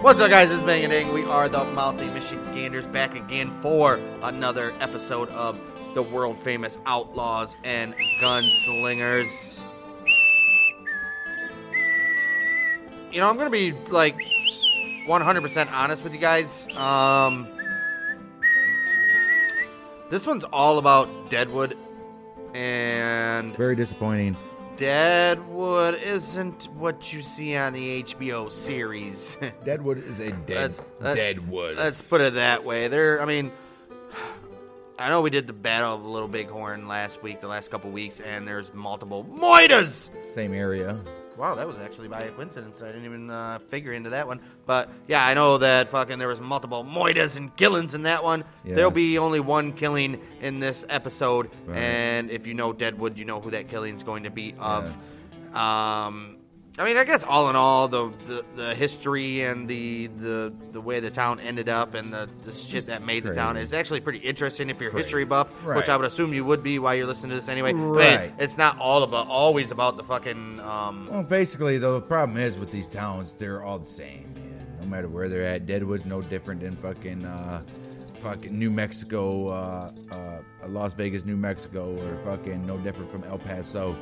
What's up, guys? It's Bang and Dang. We are the Mouthy Michiganders back again for another episode of the world famous Outlaws and Gunslingers. You know, I'm gonna be like 100% honest with you guys. Um, this one's all about Deadwood, and Very disappointing. Deadwood isn't what you see on the HBO series. Deadwood is a dead That's- that- Deadwood. Let's put it that way. There, I mean, I know we did the Battle of Little Bighorn last week, the last couple weeks, and there's multiple moitas. Same area. Wow, that was actually by coincidence. I didn't even uh, figure into that one. But yeah, I know that fucking there was multiple moitas and killings in that one. Yes. There'll be only one killing in this episode, Right. and if you know Deadwood, you know who that killing's going to be of. Yes. Um, I mean, I guess all in all, the, the, the history and the, the the way the town ended up and the, the shit that made the town Crazy. is actually pretty interesting if you're a Crazy. history buff, which Right. I would assume you would be while you're listening to this anyway. But Right. it's not all about always about the fucking um, Well, basically, the problem is with these towns, they're all the same. Man. No matter where they're at, Deadwood's no different than fucking, uh, fucking New Mexico, uh, uh, Las Vegas, New Mexico, or fucking no different from El Paso.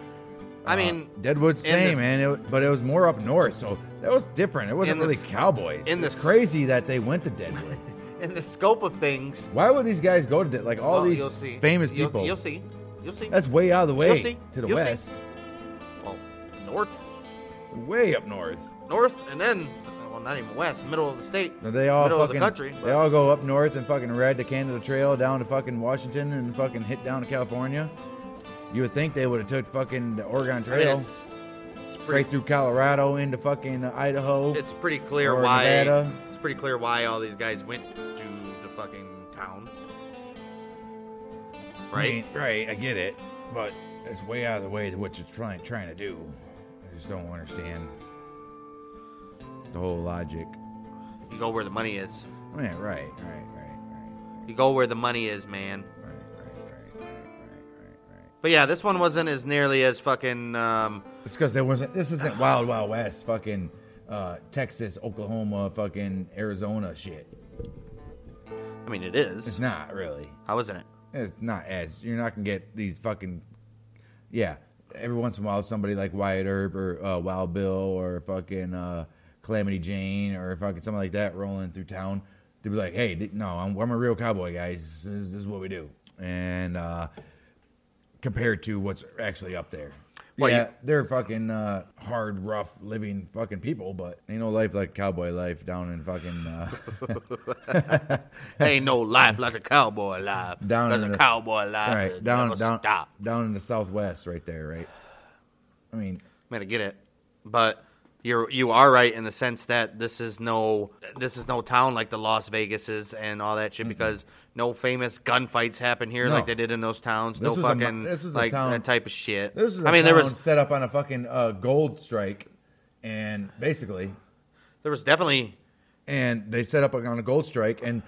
I Uh, mean, Deadwood's in same, this- man. It, wa- but it was more up north, so that was different. It wasn't In really this- cowboys. in it's this- crazy that they went to Deadwood. in the scope of things. Why would these guys go to Deadwood? Like all well, these you'll see. famous You'll- people. You'll, see. You'll see. That's way out of the way You'll see. to the You'll see. west, well, north, way up north. north, and then well, not even west, middle of the state. No, They all middle fucking, of the country. They all go up north and fucking ride the Canada Trail down to fucking Washington and fucking hit down to California. You would think they would have took fucking the Oregon I mean, Trail it's, it's pretty straight through Colorado into fucking Idaho. it's pretty clear Or why Nevada. it's pretty clear why all these guys went to the fucking town. I Right? mean, right. I get it, but it's way out of the way to what you're trying trying to do. I just don't understand the whole logic. You go where the money is. I mean, right, right, right, right, You go where the money is, man. right, right, right, right, right, right. But yeah, this one wasn't as nearly as fucking um It's because there wasn't. This isn't Wild Wild West, fucking uh, Texas, Oklahoma, fucking Arizona shit. I mean it is. It's not really. How isn't it? It's not as you're not gonna get these fucking. Yeah, every once in a while, somebody like Wyatt Earp or uh, Wild Bill or fucking uh, Calamity Jane or fucking something like that rolling through town to be like, hey, th- no, I'm, I'm a real cowboy, guys. This, is- this is what we do. And uh, compared to what's actually up there. Well, yeah, you- they're fucking uh, hard, rough, living fucking people, but ain't no life like cowboy life down in fucking uh, Ain't no life like a cowboy life. Down There's in a the- cowboy life. right that down never down stop. down in the southwest, right there, right. I mean, I mean, I get it, but you're you are right in the sense that this is no this is no town like the Las Vegases and all that shit because no famous gunfights happen here No. like they did in those towns. no This was a mo- fucking this was a like town- that type of shit. This is a I mean, town there was set up on a fucking uh, gold strike, and basically, there was definitely and they set up on a gold strike, and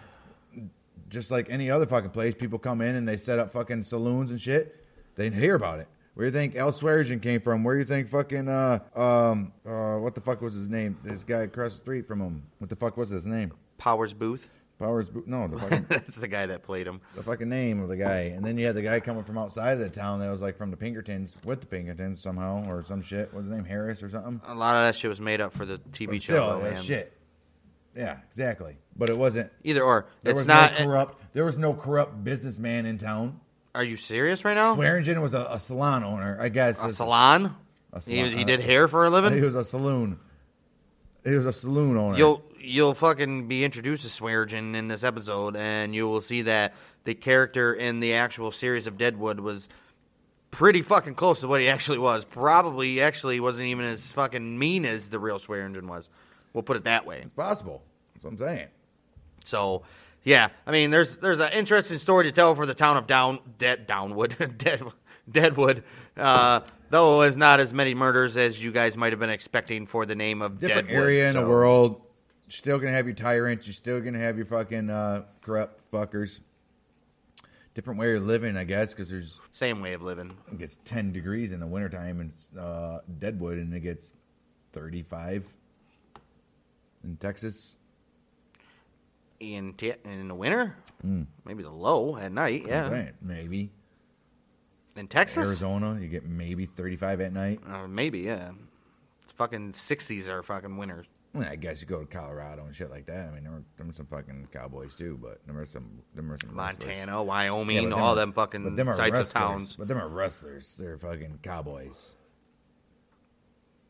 just like any other fucking place, people come in and they set up fucking saloons and shit. They didn't hear about it. Where you think El Swearingen came from? Where you think fucking uh um uh what the fuck was his name? This guy across the street from him. What the fuck was his name? Powers Booth. Powers? Bo- No, the fucking That's the guy that played him. the fucking name of the guy. And then you had the guy coming from outside of the town that was like from the Pinkertons with the Pinkertons somehow or some shit. What's his name? Harris or something. A lot of that shit was made up for the TV But show. still, though, that's man. shit. Yeah, exactly. But it wasn't. Either or, There it's was not. no corrupt. There was no corrupt businessman in town. are you serious right now? Swearingen was a, a salon owner, I guess. Oh. a salon. A He, salon, he uh, did hair for a I think living. He was a saloon. He was a saloon owner. You'll you'll fucking be introduced to Swearingen in this episode, and you will see that the character in the actual series of Deadwood was pretty fucking close to what he actually was. Probably actually wasn't even as fucking mean as the real Swearingen was. We'll put it that way. possible. That's what I'm saying. So, yeah, I mean, there's there's an interesting story to tell for the town of Down Dead Downwood Dead, Deadwood. Uh, though it's not as many murders as you guys might have been expecting for the name of Different Deadwood, area in so- the world. Still gonna have your tyrants. You're still gonna have your fucking uh, corrupt fuckers. Different way of living, I guess, because there's Same way of living. it gets 10 degrees in the wintertime in uh, Deadwood, and it gets 35 in Texas. in t- in the winter, maybe the low at night. Yeah, Hmm. Right, maybe in Texas, Arizona, you get maybe 35 at night. Uh, maybe yeah. It's fucking sixties are fucking winters. I, mean, I guess you go to Colorado and shit like that. I mean, there were, there were some fucking cowboys too, but there were some, there were some wrestlers. Montana, Wyoming, Yeah, but all are- them but fucking them are types wrestlers. of towns. But them are wrestlers. They're fucking cowboys.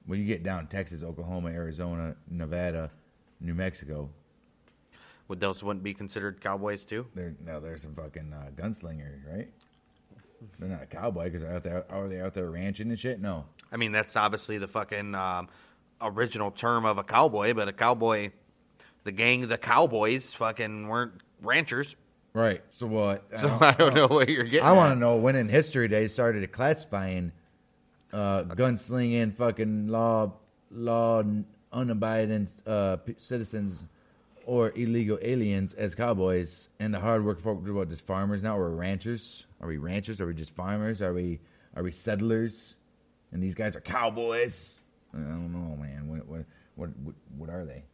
When you get down Texas, Oklahoma, Arizona, Nevada, New Mexico, Would those wouldn't be considered cowboys too? There, no, there's some fucking uh, gunslingers, right? They're not a cowboy because out there are they out there ranching and shit? No, I mean, that's obviously the fucking um, original term of a cowboy, but a cowboy, the gang, the cowboys, fucking weren't ranchers. right. So what? I So don't- I don't know what you're getting. I want to to. know when in history they started classifying uh, gunslinging fucking law law unabiding uh, p- citizens or illegal aliens as cowboys and the hard work folk what just farmers now we're ranchers are we ranchers are we just farmers are we are we settlers and these guys are cowboys I don't know man what what what what, what are they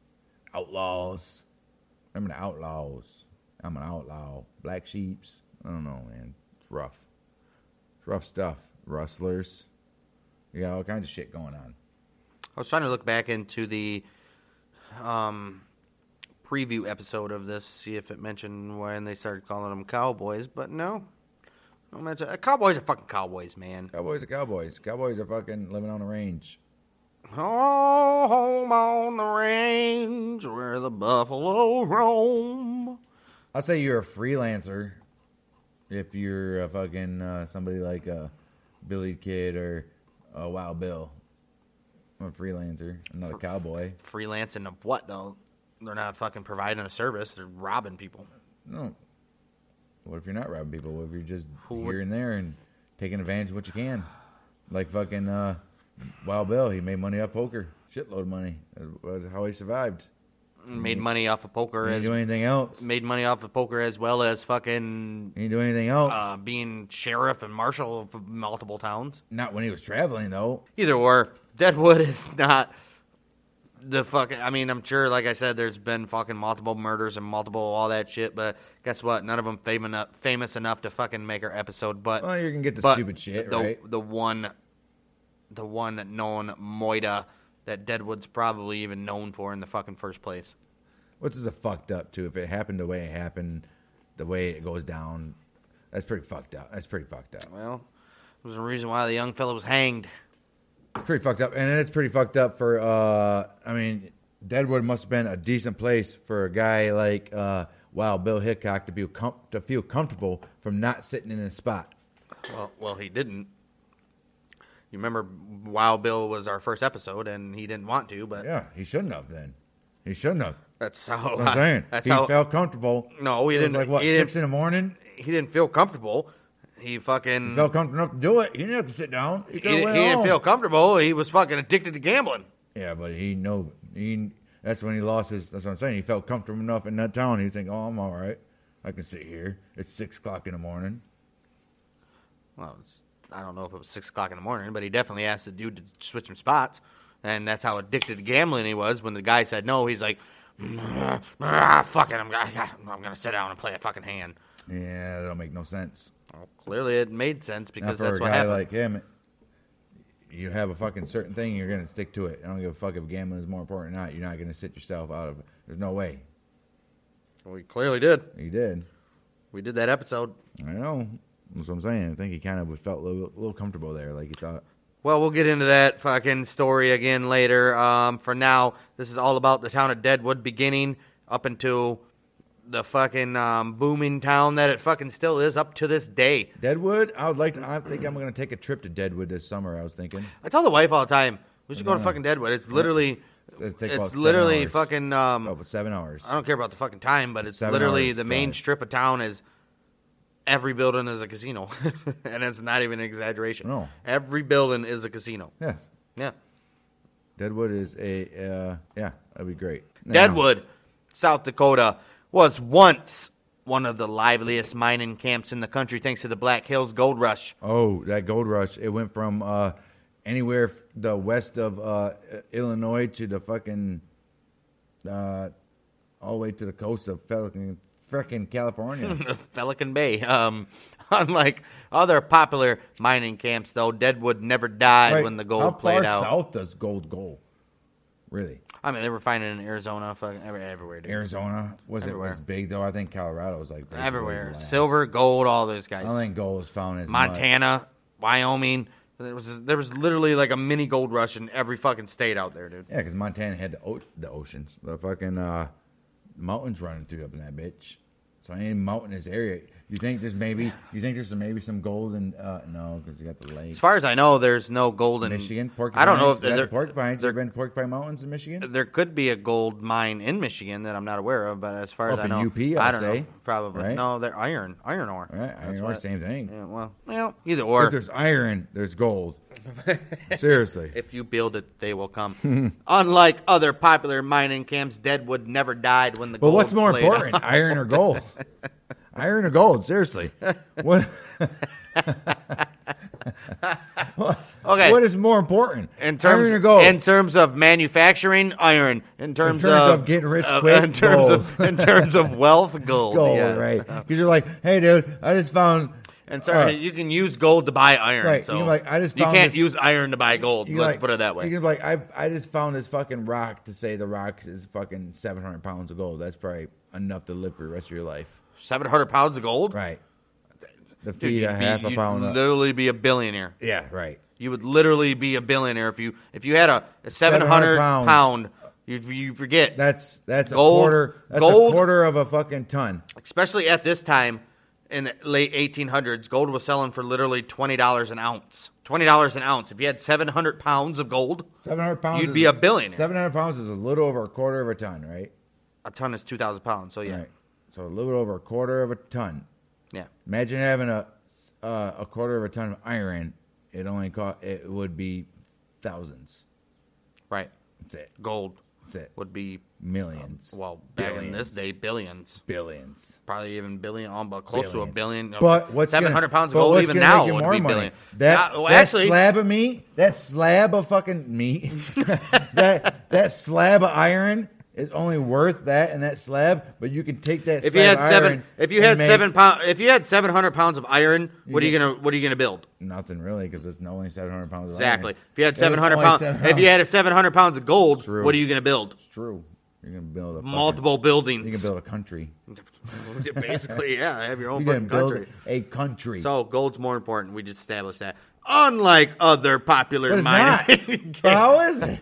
outlaws I'm an outlaws. I'm an outlaw. Black sheeps. I don't know, man. It's rough. It's rough stuff. Rustlers. You got all kinds of shit going on. I was trying to look back into the um, preview episode of this, see if it mentioned when they started calling them cowboys, but no. No mention. uh, Cowboys are fucking cowboys, man. Cowboys are cowboys. Cowboys are fucking living on the range. Oh, home on the range where the buffalo roam. I'll say you're a freelancer if you're a fucking uh, somebody like uh, Billy Kid or uh, Wild Bill. I'm a freelancer. I'm not a cowboy. Freelancing of what, though? They're not fucking providing a service, they're robbing people. No. What if you're not robbing people? What if you're just Who would- here and there and taking advantage of what you can? Like fucking uh, Wild Bill, he made money off poker, shitload of money. That was how he survived. Made money off of poker He didn't as do anything else. He made money off of poker as well as fucking didn't do anything else. uh, being sheriff and marshal of multiple towns. not when he was traveling though. Either or, Deadwood is not the fucking. I mean, I'm sure, like I said, there's been fucking multiple murders and multiple all that shit, but guess what? None of them famous enough, famous enough to fucking make our episode. But Well, you can get the but stupid shit, the, right? The one, the one known moida that Deadwood's probably even known for in the fucking first place. Which is a fucked up too. If it happened the way it happened, the way it goes down, that's pretty fucked up. That's pretty fucked up. Well, it was the reason why the young fella was hanged. pretty fucked up, and it's pretty fucked up for. uh I mean, Deadwood must have been a decent place for a guy like uh Wild Bill Hickok to be com- to feel comfortable from not sitting in his spot. Well, well, he didn't. You remember, Wild Bill was our first episode, and he didn't want to, but Yeah, he shouldn't have. Then he shouldn't have. That's how. That's what I'm saying That's he how. felt comfortable. No, he It was didn't- Like what? he didn't- six in the morning. he didn't feel comfortable. He fucking. Felt comfortable enough to do it. He didn't have to sit down. he He, could didn't, he didn't feel comfortable. He was fucking addicted to gambling. Yeah, but he know he. That's when he lost his. That's what I'm saying. He felt comfortable enough in that town. He think, "Oh, I'm all right. I can sit here. It's six o'clock in the morning." Well, it's, I don't know if it was six o'clock in the morning, but he definitely asked the dude to switch him spots, and that's how addicted to gambling he was. When the guy said no, he's like, "Ah, "Fuck it, I'm, gonna- I'm gonna sit down and play a fucking hand." Yeah, that'll make no sense. Well, clearly, it made sense Not because for that's a what guy happened. like him. You have a fucking certain thing, you're gonna stick to it. I don't give a fuck if gambling is more important or not. You're not gonna sit yourself out of it. There's no way. we clearly did. He did. We did that episode. I know. That's what I'm saying. I think he kind of felt a little, a little comfortable there, like he thought. Well, we'll get into that fucking story again later. Um, for now, this is all about the town of Deadwood beginning up until the fucking um, booming town that it fucking still is up to this day. Deadwood. I would like to. I think I'm going to take a trip to Deadwood this summer. I was thinking. I tell the wife all the time, we should go to fucking Deadwood. It's literally, It'd take about it's seven literally hours. fucking. Um, Oh, but seven hours. I don't care about the fucking time, but it's Seven literally hours the main drive. strip of town is every building is a casino, and it's not even an exaggeration. No. every building is a casino. Yes, Yeah, Deadwood is a. Uh, yeah, that'd be great. Now- Deadwood, South Dakota, was once one of the liveliest mining camps in the country, thanks to the Black Hills Gold Rush. Oh, that gold rush! It went from uh, anywhere f- the west of uh, Illinois to the fucking uh, all the way to the coast of fucking frickin' California. Pelican Bay. Um, unlike other popular mining camps, though, Deadwood never died Right. when the How gold far played out. south does gold go? Really, I mean, they were finding it in Arizona, fucking every- everywhere, dude. Arizona wasn't Everywhere. as big though. I think Colorado was like basically everywhere. last. Silver, gold, all those I guys. don't think gold was found as much. Montana, Wyoming. There was there was literally like a mini gold rush in every fucking state out there, dude. Yeah, because Montana had the, o- the oceans, the fucking uh, mountains running through up in that bitch. So any mountainous area, you think there's maybe you think there's maybe some gold in uh, no because you got the lake, As far as I know, there's no gold in Michigan, porcupines. I don't know if you got there, the porcupines. there- There been porcupine mountains in Michigan. there could be a gold mine in Michigan that I'm not aware of, but as far as Up I in know, UP, I I'd don't know. say, Probably right? no, they're iron, iron ore. All right, That's iron ore, what- same thing. Yeah, well, well, either if or. there's iron, there's gold. Seriously, If you build it, they will Hmm. come. Unlike other popular mining camps, Deadwood never died when the but gold. what's more played important, out. iron or gold? iron or gold? Seriously, what? Okay, What is more important? In terms, iron or gold? in terms of manufacturing, iron. In terms, terms of, of getting rich of- quick, in terms of gold. in terms of wealth, gold. gold, yes. right? Because you're like, hey, dude, I just found. And sorry, uh, you can use gold to buy iron. Right, So you're like, I just you found can't this- use iron to buy gold. you're Let's like- put it that way. You're like, I, I just found this fucking rock to say the rock is fucking 700 pounds of gold. That's probably enough to live for the rest of your life. Seven hundred pounds of gold. Right. The Dude, feet you'd a be- half a you'd pound. of- literally be a billionaire. yeah, right. You would literally be a billionaire if you if you had a, seven hundred pounds. pound. You you forget, That's that's Gold- a quarter. That's gold- a quarter of a fucking ton. especially at this time in the late eighteen hundreds, gold was selling for literally twenty dollars an ounce. Twenty dollars an ounce. If you had seven hundred pounds of gold, 700 pounds. You'd is- be a billionaire. 700 pounds is a little over a quarter of a ton, right? a ton is two thousand pounds. So yeah, Right. So a little over a quarter of a ton. yeah. Imagine having a uh, a quarter of a ton of iron. It only cost. It would be thousands. Right. That's it. Gold That's it. would be Millions. well back in this day billions. billions. Probably even billion, um, but close to a Billion. billion. uh, But what's seven gonna- hundred pounds of but gold what's even gonna now make you would more be money? billion. That, Uh, well, that actually, slab of meat, that slab of fucking meat, that that slab of iron is only worth that and that slab. But you can take that. if slab you had of seven, iron if you and had make seven pound, if you had seven hundred pounds of iron, what are you get- gonna what are you gonna build? nothing really because it's only seven hundred pounds. Of Exactly. Iron. If you had It's seven hundred only pounds, 700 if you had seven hundred pounds of gold, True. what are you gonna build? It's true. You're gonna build a fucking- Multiple buildings. You can build a country. Basically, yeah, have your own You fucking can build country. a country. So gold's more important. We just established that. Unlike other but popular it's not. mining, But how is it?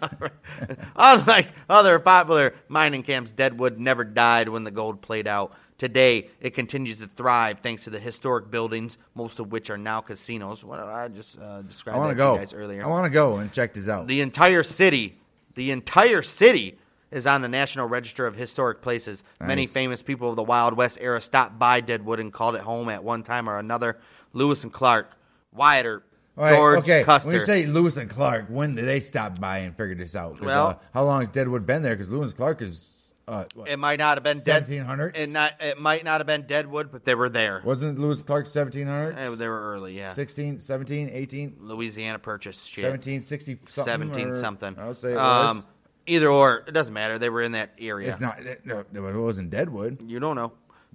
unlike other popular mining camps, Deadwood never died when the gold played out. Today, it continues to thrive thanks to the historic buildings, most of which are now casinos. What I just uh, I described that want to to go. you guys earlier. I want to go and check this out. The entire city, the entire city is on the National Register of Historic Places. Many Nice. famous people of the Wild West era stopped by Deadwood and called it home at one time or another. Lewis and Clark, Wyatt or All right, George okay. Custer. When you say Lewis and Clark, when did they stop by and figure this out? 'Cause, Well- uh, how long has Deadwood been there? Because Lewis and Clark is uh, what, it might not have been dead. 1700s? It, not, it might not have been Deadwood, but they were there. wasn't Lewis and Clark 1700s? Eh, They were early, yeah. 16, 17, 18, Louisiana Purchase shit. 1760 something. 17 or- something. Um, I would say it was. either or, it doesn't matter. They were in that area. It's not. It, no, it wasn't Deadwood. You don't know.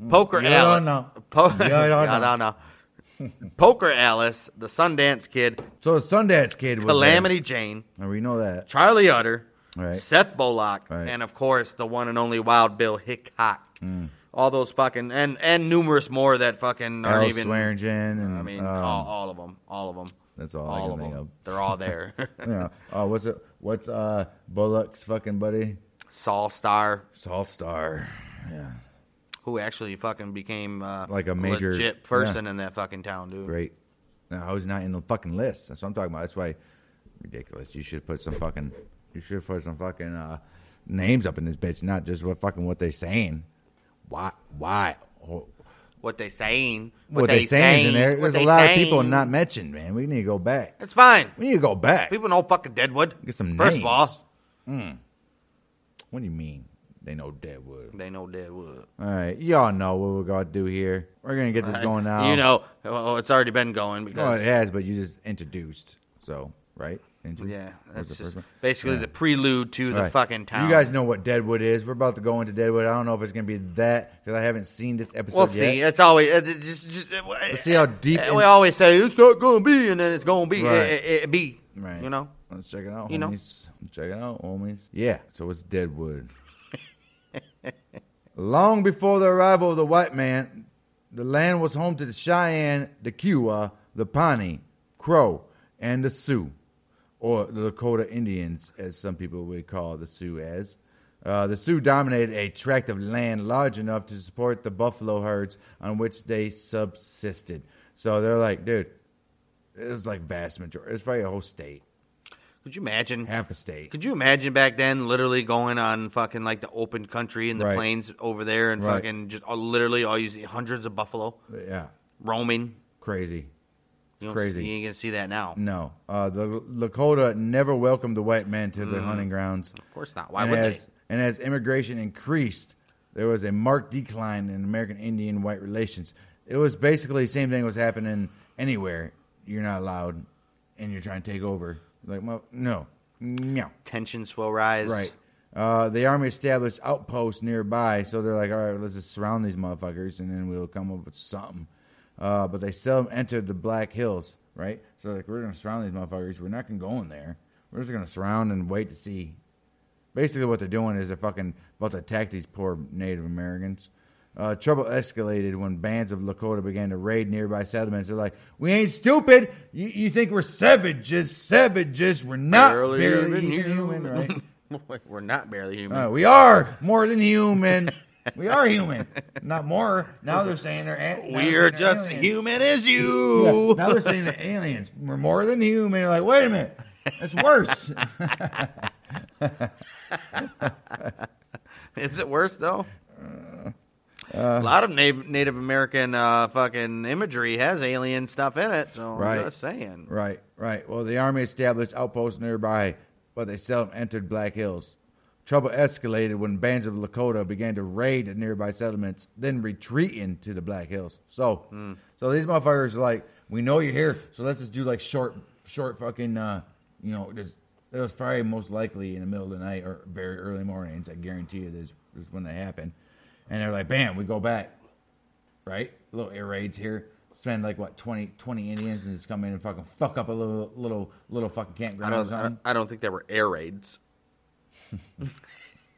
Poker You Alice. don't know. Po- You don't I don't know. Poker Alice, the Sundance Kid, So the Sundance Kid was Calamity Jane, There. Now, we know that. Charlie Utter, Right. Seth Bollock, Right. and of course the one and only Wild Bill Hickok. Mm. All those fucking and and numerous more that fucking aren't Al even. Swearingen and I mean, um, all, all of them, all of them. That's all, I all can of think them. They're all there. of. Yeah. Uh, what's it? What's uh Bullock's fucking buddy? Saul Star, Saul Star. Yeah. who actually fucking became uh, Like a major- legit person in that fucking town, dude. Great. No, I was not in the fucking list. That's what I'm talking about. That's why ridiculous. You should put some fucking you should put some fucking uh, names up in this bitch, not just what fucking what they saying. Why why what, What they saying? what they, saying, in there? what There's a they lot of saying. people not mentioned, man. We need to go back. It's fine. We need to go back. People know fucking Deadwood. Get some First names. Hmm. of all, What do you mean? They know Deadwood. they know Deadwood. All right, y'all know what we're gonna do here. We're gonna get this going now. You know, oh, it's already been going oh, because it has, but you just introduced. So right? Intro- yeah, was that's the first just one? basically the prelude to the Right. fucking town. You guys know what Deadwood is. We're about to go into Deadwood. I don't know if it's going to be that because I haven't seen this episode We'll yet. see. Eh, It's always it, it just, just Let's see how deep. Uh, we in- always say it's not gonna be, and then it's gonna be. Right. It, it, it be. Right. You know. Let's check it out, You know. homies. Check it out, homies. Yeah. So it's Deadwood. Long before the arrival of the white man, the land was home to the Cheyenne, the Kiowa, the Pawnee, Crow, and the Sioux, or the Lakota Indians, as some people would call the Sioux as. Uh, the Sioux dominated a tract of land large enough to support the buffalo herds on which they subsisted. So they're like, dude, it was like vast majority. It's probably a whole state, Could you imagine? half a state. Could you imagine back then, literally going on fucking like the open country and the Right. plains over there, and Right. fucking just uh, literally all you see hundreds of buffalo Yeah, roaming. crazy. You don't Crazy. See, you ain't gonna see that now. No, uh, the Lakota never welcomed the white man to their hunting grounds. Mm. Of course not. Why and would as, And as immigration increased, there was a marked decline in American Indian white relations. It was basically the same thing was happening anywhere. You're not allowed, and you're trying to take over. Like, well, no, no. they? Tensions will rise. Right. Uh, the army established outposts nearby, so they're like, all right, let's just surround these motherfuckers, and then we'll come up with something. Uh, but they seldom entered the Black Hills, right? So like, we're gonna surround these motherfuckers. We're not gonna go in there. We're just gonna surround and wait to see. Basically, what they're doing is they're fucking about to attack these poor Native Americans. Uh, trouble escalated when bands of Lakota began to raid nearby settlements. They're like, "We ain't stupid. You, you think we're savages? Savages? We're not barely, Barely even human, human." right? We're not barely human. Uh, we are more than human. we are human, not more. Now they're saying they're an- now We're they're saying just aliens. human as Yeah, you. now they're saying they're aliens. We're more than human. You're like, wait a minute, that's worse. Is it worse though? Uh, a lot of na- Native American uh, fucking imagery has alien stuff in it. So Right. I'm just saying. right, right. Well, the army established outposts nearby, but they seldom entered Black Hills. Trouble escalated when bands of Lakota began to raid the nearby settlements, then retreating to the Black Hills. So, so these motherfuckers are like, we know you're here, so let's just do like short, short fucking, uh, you know, just it was probably most likely in the middle of the night or very early mornings. I guarantee you, this is when they happened. And they're like, bam, we go back, right? Little air raids here. Spend like what 20, 20 Indians and just come in and fucking fuck up a little little little fucking I campground or don't. uh, something. I, I don't think there were air raids.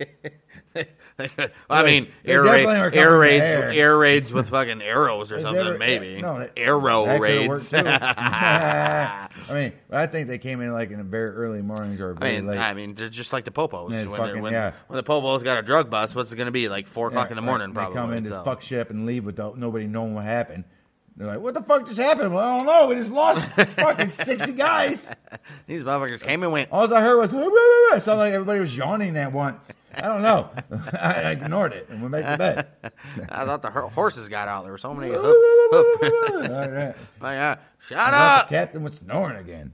I mean, They air, raid, definitely were coming air from raids, air. air raids with fucking arrows or It something, never- maybe. no, that- arrow that could've raids. worked, too. I mean, I think they came in like in the very early mornings or I very mean, late. I mean, they're just like the popos. Yeah, it's when, fucking- they're, when, yeah. when the popos got a drug bust, what's it going to be like four o'clock in the Yeah, morning? They probably. come in, so. just fuck shit up and leave without nobody knowing what happened. They're like, "What the fuck just happened?" Well, I don't know. We just lost fucking sixty guys. These motherfuckers came and went. All I heard was, "Wah, wah, wah, wah." It sounded like everybody was yawning at once. I don't know. I I ignored it and went back to bed. I thought the hor- horses got out. There were so many. All Hoop, hoop. right. Like, uh, shut The up! captain was snoring again.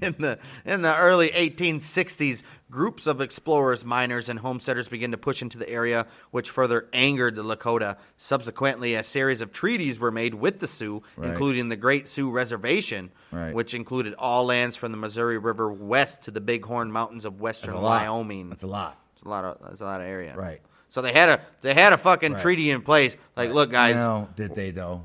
In the in the early 1860s, groups of explorers, miners, and homesteaders began to push into the area, which further angered the Lakota. Subsequently, a series of treaties were made with the Sioux, Right. including the Great Sioux Reservation, Right. which included all lands from the Missouri River west to the Bighorn Mountains of western Wyoming. That's a lot. It's a lot of that's a lot of area. Right. So they had a they had a fucking Right. treaty in place. Like, look, guys, Now, did they though?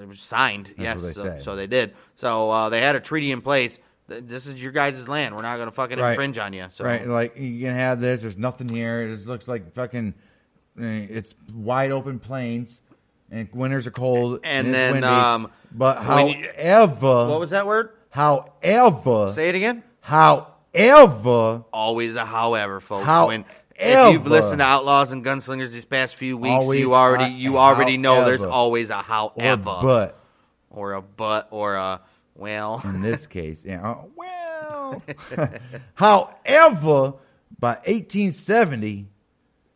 it was signed. yes, what they so, say. so they did. So uh, they had a treaty in place. Th- This is your guys' land. We're not going to fucking Right. infringe on you. So Right, like you can have this. There's nothing here. It just looks like fucking. eh, It's wide open plains, and winters are cold And it's then, windy. um, but when you- however What was that word? however Say it again. however Always a however, folks. How- When- if you've ever. listened to Outlaws and Gunslingers these past few weeks, Always you already a- you already know there's however. always a or however but or a but or a well. in this case yeah uh, well however by 1870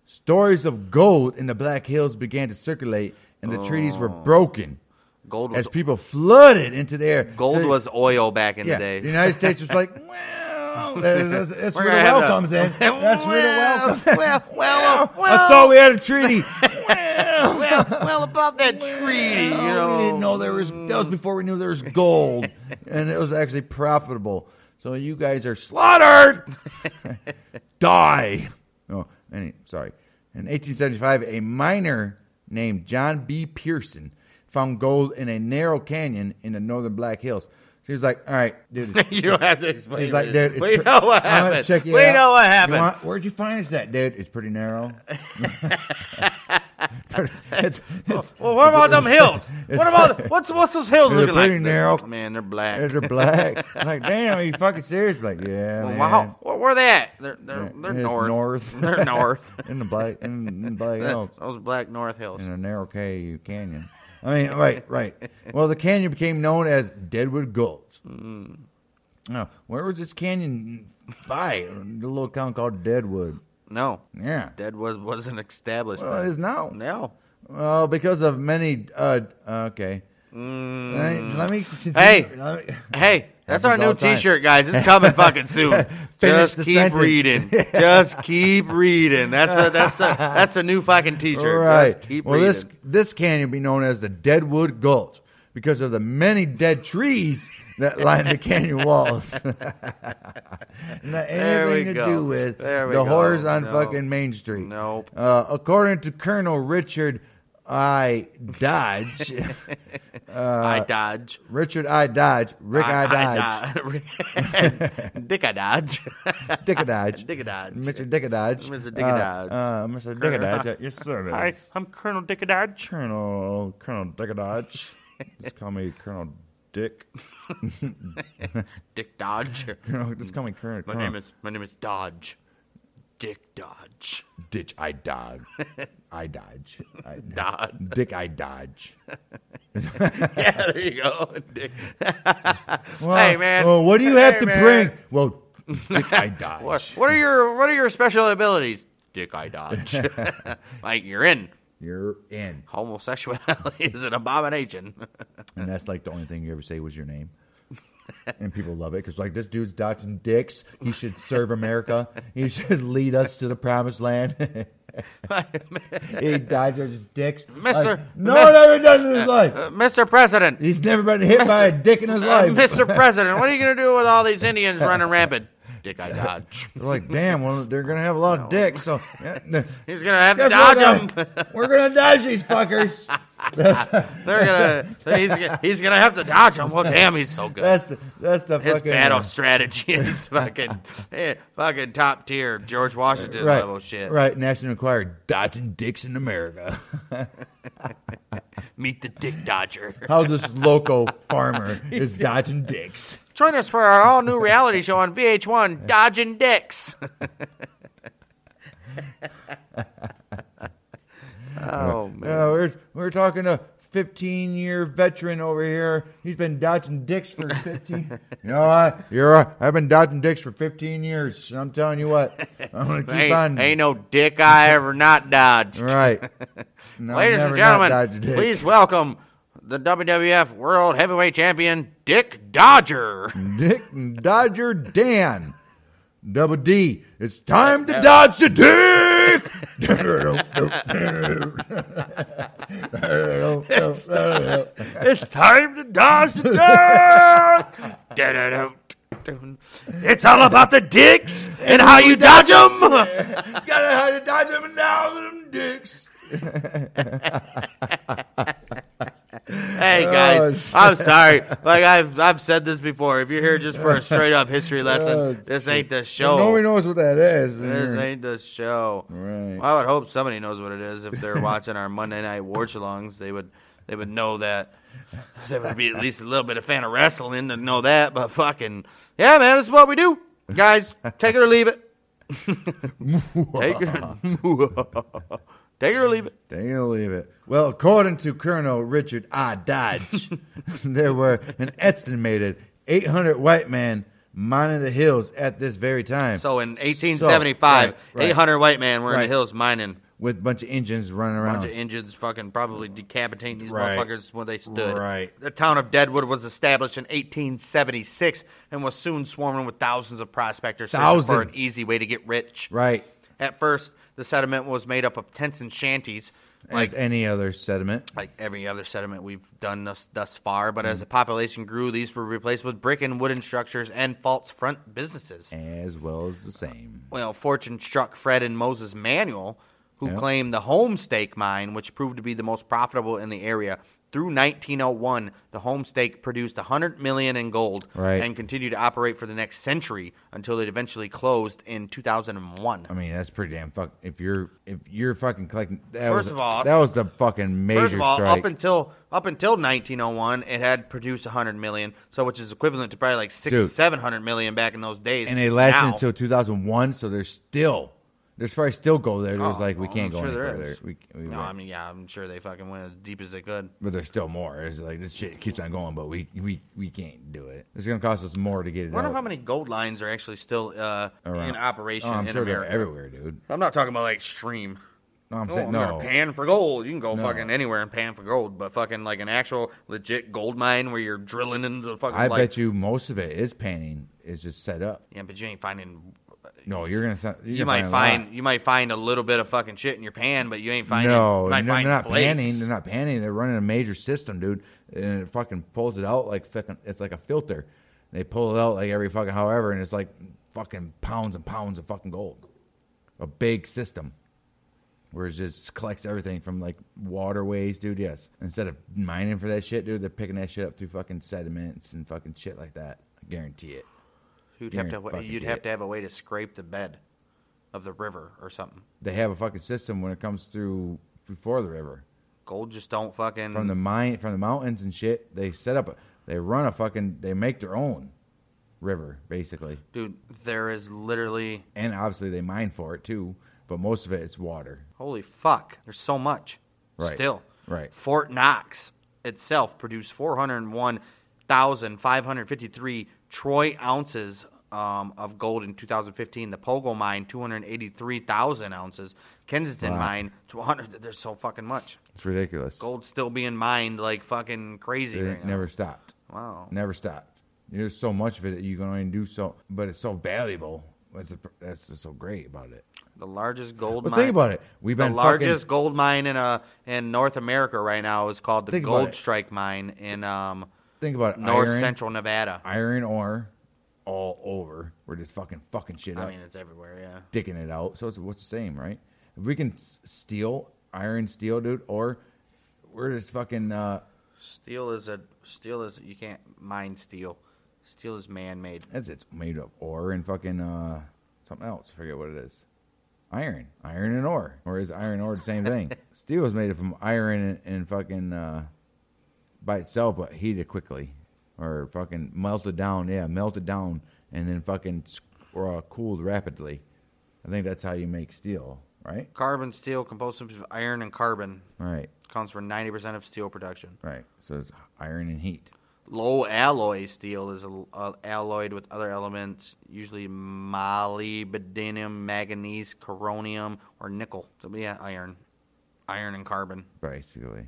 stories of gold in the black hills began to circulate and the treaties were Oh. broken Gold was as people flooded into their gold to- was oil back in yeah, the day. The United States was like, well, that's, that's- that's We're where the gonna have well to- comes in. That's where the well well, comes well, well, well, I thought we had a treaty. well, well, well, about that treaty, you know. we didn't know there was. That was before we knew there was gold, and it was actually profitable. So you guys are slaughtered. Die. Oh, any sorry. In 1875, a miner named John B. Pearson found gold in a narrow canyon in the northern Black Hills. So he was like, "All right, dude, it's You don't have to explain. He's like, it. dude, it's we pre- know what I'm gonna happened. check you we out. know what You happened. want- where'd you find us that, dude? It's pretty narrow. it's, it's, well, what about them hills? It's- What about what's what's those hills They're looking like? pretty narrow. Man, they're black. they're black. I'm like, damn, are you fucking serious? Like, yeah, Well, man. wow, where, where they at? They're they're, Yeah, they're it's north. north. they're north. in the black, in, in the black hills. Those black north hills. in a narrow cave canyon. I mean, right, right. Well, the canyon became known as Deadwood Gulch. Mm. Now, where was this canyon by? The little town called Deadwood. No, Yeah. that was wasn't established. Well, it is now. no. Well, because of many. Uh, okay. Let me- Let me. Continue. Mm. Hey. Let me- Hey, that's Happens our new all the time. T-shirt, guys. It's coming fucking soon. Just the keep sentence. reading. Just keep reading. That's a, that's the that's a new fucking T-shirt. All right. Just keep well, reading. this this canyon be known as the Deadwood Gulch because of the many dead trees that line the canyon walls. Not There we anything to go. do with There we the go. whores on No. fucking Main Street. Nope. Uh, according to Colonel Richard I. Dodge, Uh, I dodge. Richard I. Dodge, Rick I. Dodge, dodge. Dick I dodge. Dick I. Dodge, Dick I dodge. Mr. Dick I. Dodge, Mr. Dick I Uh, Dodge. uh, Mr. Dick I. Dodge, at your service. Hi, I'm Colonel Dickadodge. Colonel Colonel Dickadodge. Just call me Colonel Dick. Dick Dodge. Colonel- Just call me Colonel. My name is my name is Dodge. Dick Dodge. Ditch. I dodge. I dodge. I Dodge. Dick. I dodge. Yeah, there you go. Dick. Well, hey man. Well, what do you have Hey, to man. bring? Well, Dick. I dodge. What, what are your what are your special abilities? Dick I dodge. like you're in. You're in, Homosexuality is an abomination. and that's like the only thing you ever say was your name. And people love it because, like, this dude's dodging dicks. He should serve America. He should lead us to the promised land. he dodges dicks. Mister- Like, no one ever does it in his life. Uh, Mr. President. He's never been hit by a dick in his Uh, life. Mr. President, what are you going to do with all these Indians running rampant? Dick I dodge. They're like, damn, well, they're gonna have a lot of dicks. So yeah, no. He's going to have to Guess dodge what, them. guys? We're gonna dodge these fuckers. They're gonna. He's, gonna- he's gonna have to dodge him. Well, damn, he's so good. That's the, that's the His fucking uh, battle strategy is fucking, eh, fucking top tier George Washington right, level shit. right. National Enquirer dodging dicks in America. Meet the Dick Dodger. How this local farmer is dodging dicks. Join us for our all new reality show on VH1, Dodging Dicks. oh man. Uh, we're we're talking to 15 year veteran over here. He's been dodging dicks for 15. you know what? You're right. I've been dodging dicks for 15 years. I'm telling you what. I'm gonna keep on. Ain't, ain't no dick I ever not dodged. Right. No, Ladies and never not gentlemen, dodged a dick. please welcome the WWF World Heavyweight Champion Dick Dodger. Dick and Dodger Dan. Double D. It's time to dodge the dick. It's time to dodge the dick. Da-da-dum. It's all about the dicks and how you dodge them. Gotta how to dodge them now, them dicks. Hey guys, Oh, I'm sorry. Like I've I've said this before. If you're here just for a straight up history lesson, Oh, this shit. ain't the Nobody show. knows what that is. This ain't the show. Right. Well, I would hope somebody knows what it is. If they're watching our Monday night watch alongs, they would they would know that. They would be at least a little bit of fan of wrestling to know that. But fucking yeah, man, this is what we do, guys. Take it or leave it. take it. take it or leave it. They ain't gonna leave it. Well, according to Colonel Richard I. Dodge, there were an estimated 800 white men mining the hills at this very time. So in So, 1875, right, right. 800 white men were in Right. the hills mining. with a bunch of engines running around. bunch of engines fucking probably decapitating these Right. motherfuckers when they stood. Right. The town of Deadwood was established in 1876 and was soon swarming with thousands of prospectors searching for an Thousands. easy way to get rich. right. At first, the settlement was made up of tents and shanties, like As any other sediment. like every other settlement we've done thus, thus far. But Mm. as the population grew, these were replaced with brick and wooden structures and false front businesses. As well as the same. well, fortune struck Fred and Moses Manuel, who Yeah. claimed the Homestake mine, which proved to be the most profitable in the area. Through 1901, the Homestake produced 100 million in gold Right. and continued to operate for the next century until it eventually closed in 2001. I mean, that's pretty damn fuck. If you're if you're fucking collecting, that First was, of all- that was the fucking major First of all, strike. up until up until 1901, it had produced 100 million, so which is equivalent to probably like six, Dude. 700 million back in those days. and they lasted Now- until 2001. So there's still there's probably still gold there. There's Oh, like we I'm can't go sure any there further. is. We, we, No, I mean, yeah, I'm sure they fucking went as deep as they could. but there's still more. It's like this shit keeps on going, but we we we can't do it. It's gonna cost us more to get it. I wonder out how many gold lines are actually still uh, around. in operation Oh, I'm in sure America. they're everywhere, dude. I'm not talking about like stream. No, I'm Oh, saying I'm no. gonna pan for gold. You can go No. fucking anywhere and pan for gold, but fucking like an actual legit gold mine where you're drilling into the fucking. I like, bet you most of it is panning. It's just set up. Yeah, but you ain't finding. No, you're gonna. se- You're You gonna might a lot. find you might find a little bit of fucking shit in your pan, but you ain't finding. no, you no, might they're find not flakes. panning. They're not panning. They're running a major system, dude, and it fucking pulls it out like fucking. It's like a filter. They pull it out like every fucking however, and it's like fucking pounds and pounds of fucking gold. A big system where it just collects everything from like waterways, dude. Yes, instead of mining for that shit, dude, they're picking that shit up through fucking sediments and fucking shit like that. I guarantee it. You'd You're have a to fucking you'd have idiot. to have a way to scrape the bed of the river or something. They have a fucking system when it comes through before the river. Gold just don't fucking from the mine from the mountains and shit. They set up, a, they run a fucking, they make their own river basically, dude. There is literally and obviously they mine for it too. But most of it is water. Holy fuck. There's so much. Right. Still. Right. Fort Knox itself produced 401,553 troy ounces um, of gold in 2015. The Pogo mine, 283,000 ounces. Kensington Wow. mine, 200. There's so fucking much. It's ridiculous. Gold still being mined like fucking crazy It right now. never stopped. Wow. Never stopped. There's so much of it that you can only do so, but it's so valuable. That's the, that's just so great about it. The largest gold But mine. think about it. We've The been largest Fucking, gold mine in uh, in North America right now is called the Think about Gold it. Strike Mine in um, think about it. North iron, Central Nevada. iron ore, all over. We're just fucking fucking shit up. I mean, it's everywhere. Yeah. dicking it out. So it's what's the same, right? If we can s- steal iron steel, dude, or we're just fucking uh, Steel is a steel is you can't mine steel. Steel is man made. that's it's made of ore and fucking uh, something else. Forget what it is. Iron, iron and ore, or is iron ore the same thing? steel is made from iron and, and fucking uh, by itself, but heated quickly or fucking melted down. Yeah, melted down and then fucking s- or uh, cooled rapidly. I think that's how you make steel, right? Carbon steel composed of iron and carbon All right, counts for 90% of steel production. right. So it's iron and heat. Low alloy steel is a, a- alloyed with other elements, usually molybdenum, manganese, coronium, or nickel. So yeah, iron, iron and carbon. basically.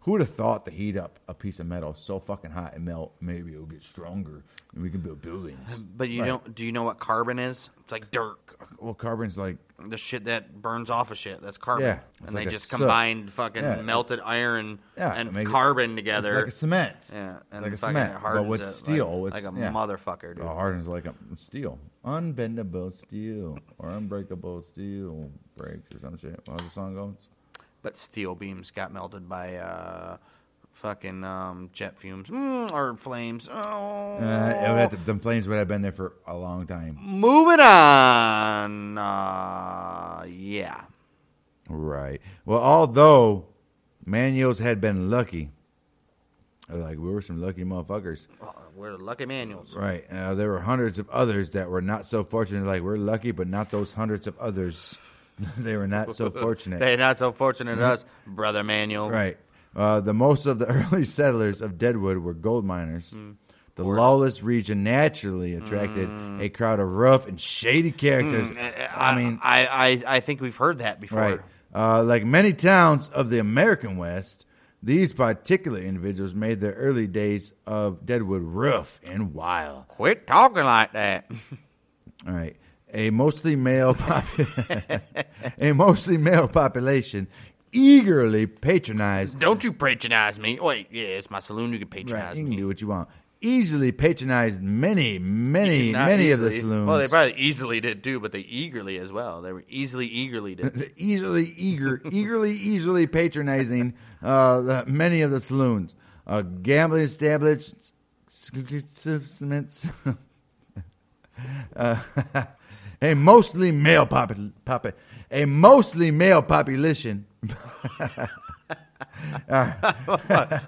Who would have thought to heat up a piece of metal so fucking hot and melt? Maybe it'll get stronger and we can build buildings. But you Right. don't do you know what carbon is? It's like dirt. Well, carbon's like The shit that burns off of shit. That's carbon. Yeah, it's and like they a just soot. combined fucking Yeah. melted iron yeah, and maybe- carbon It's together. like a cement. yeah, It's and like a fucking cement, it hardens but with it like- steel, like, it's, a yeah. motherfucker, dude. It hardens like a steel, unbendable steel or unbreakable steel breaks or some shit. How's the song goes? But steel beams got melted by uh, fucking um, jet fumes mm, or flames. Oh, Uh, it would have to, them flames would have been there for a long time. moving on. Uh, yeah, Right. Well, although Manuels had been lucky, like we were some lucky motherfuckers. Oh, we're the lucky manuals. Right. Uh, there were hundreds of others that were not so fortunate. Like we're lucky, but not those hundreds of others. they were not so fortunate. They're not so fortunate as us, brother Manuel. Mm-hmm. Right. Uh, the most of the early settlers of Deadwood were gold miners. The lawless region naturally attracted a crowd of rough and shady characters. Mm. I, mean, I, I I think we've heard that before. right. Uh, like many towns of the American West, these particular individuals made their early days of Deadwood rough and wild. Quit talking like that. All right. A mostly male popu- a mostly male population eagerly patronized Don't you patronize me. Wait, yeah, it's my saloon. You can patronize Right, you can me. do what you want. Easily patronized many, many, Not many of the easily. saloons. Well, they probably easily did too, but they eagerly as well. They were easily, eagerly did. The easily eager, eagerly, easily patronizing uh, the, many of the saloons, uh, gambling establishments, uh, a mostly male popu- popu- a mostly male population.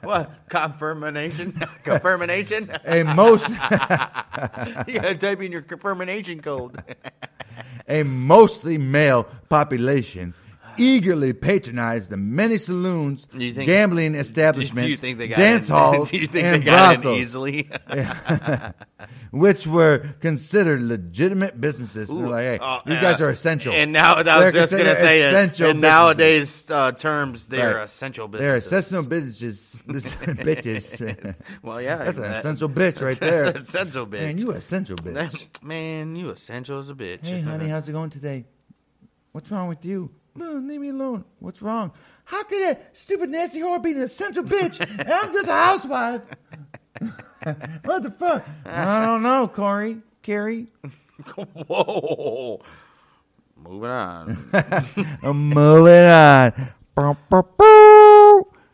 what? Confirmation? Confirmation? A most. you gotta type in your confirmation code. a mostly male population eagerly patronized the many saloons, Do you think- gambling Do establishments, you think they got dance in? halls, Do you think and they got in brothels, easily? which were considered legitimate businesses. And Ooh, they're like, hey, uh, these uh, guys are essential. And now I They're was just gonna considered say, in- essential in nowadays uh, terms, they are Right. essential they're businesses. essential bitches. bitches. Well, yeah, That's an that- essential bitch right there. That's an essential bitch. Man, you essential bitch. Man, you essential as a bitch. Hey, honey, how's it going today? What's wrong with you? No, leave me alone. What's wrong? How could that stupid Nancy whore be an essential bitch and I'm just a housewife? what the fuck? I don't know, Corey. Carrie. Whoa. Moving on. I'm moving on.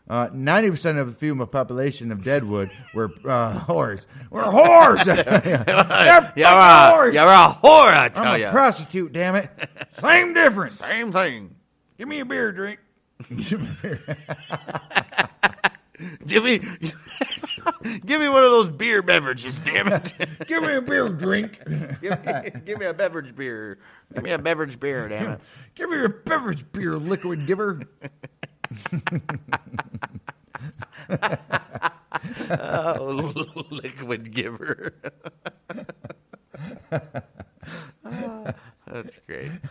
Uh, Ninety percent of the female population of Deadwood were uh, whores. We're whores. They're you're, a, fucking whores. you're a whore, I tell I'm a ya. prostitute. Damn it. Same difference. oh, Same thing. Give me a beer drink. Give me, give me one of those beer beverages, damn it. Give me a beer drink. give, me, give me a beverage beer. Give me a beverage beer, damn it. Give me your beverage, beer liquid giver. Oh, liquid giver. Ah, That's great.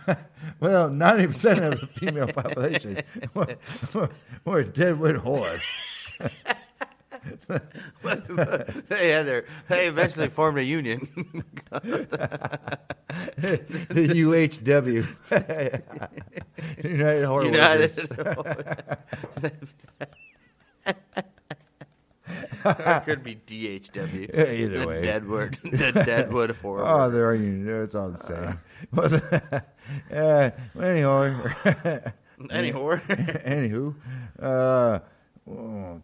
Well, ninety percent of the female population were, were deadwood whores. They had their, they eventually formed a union. The UHW, United Whore United. Workers. It could be DHW. Yeah, either the way. Deadwood. The Deadwood horror. Oh, there are union. It's all the same. But uh, anyhow, Any horror. anywho, uh, oh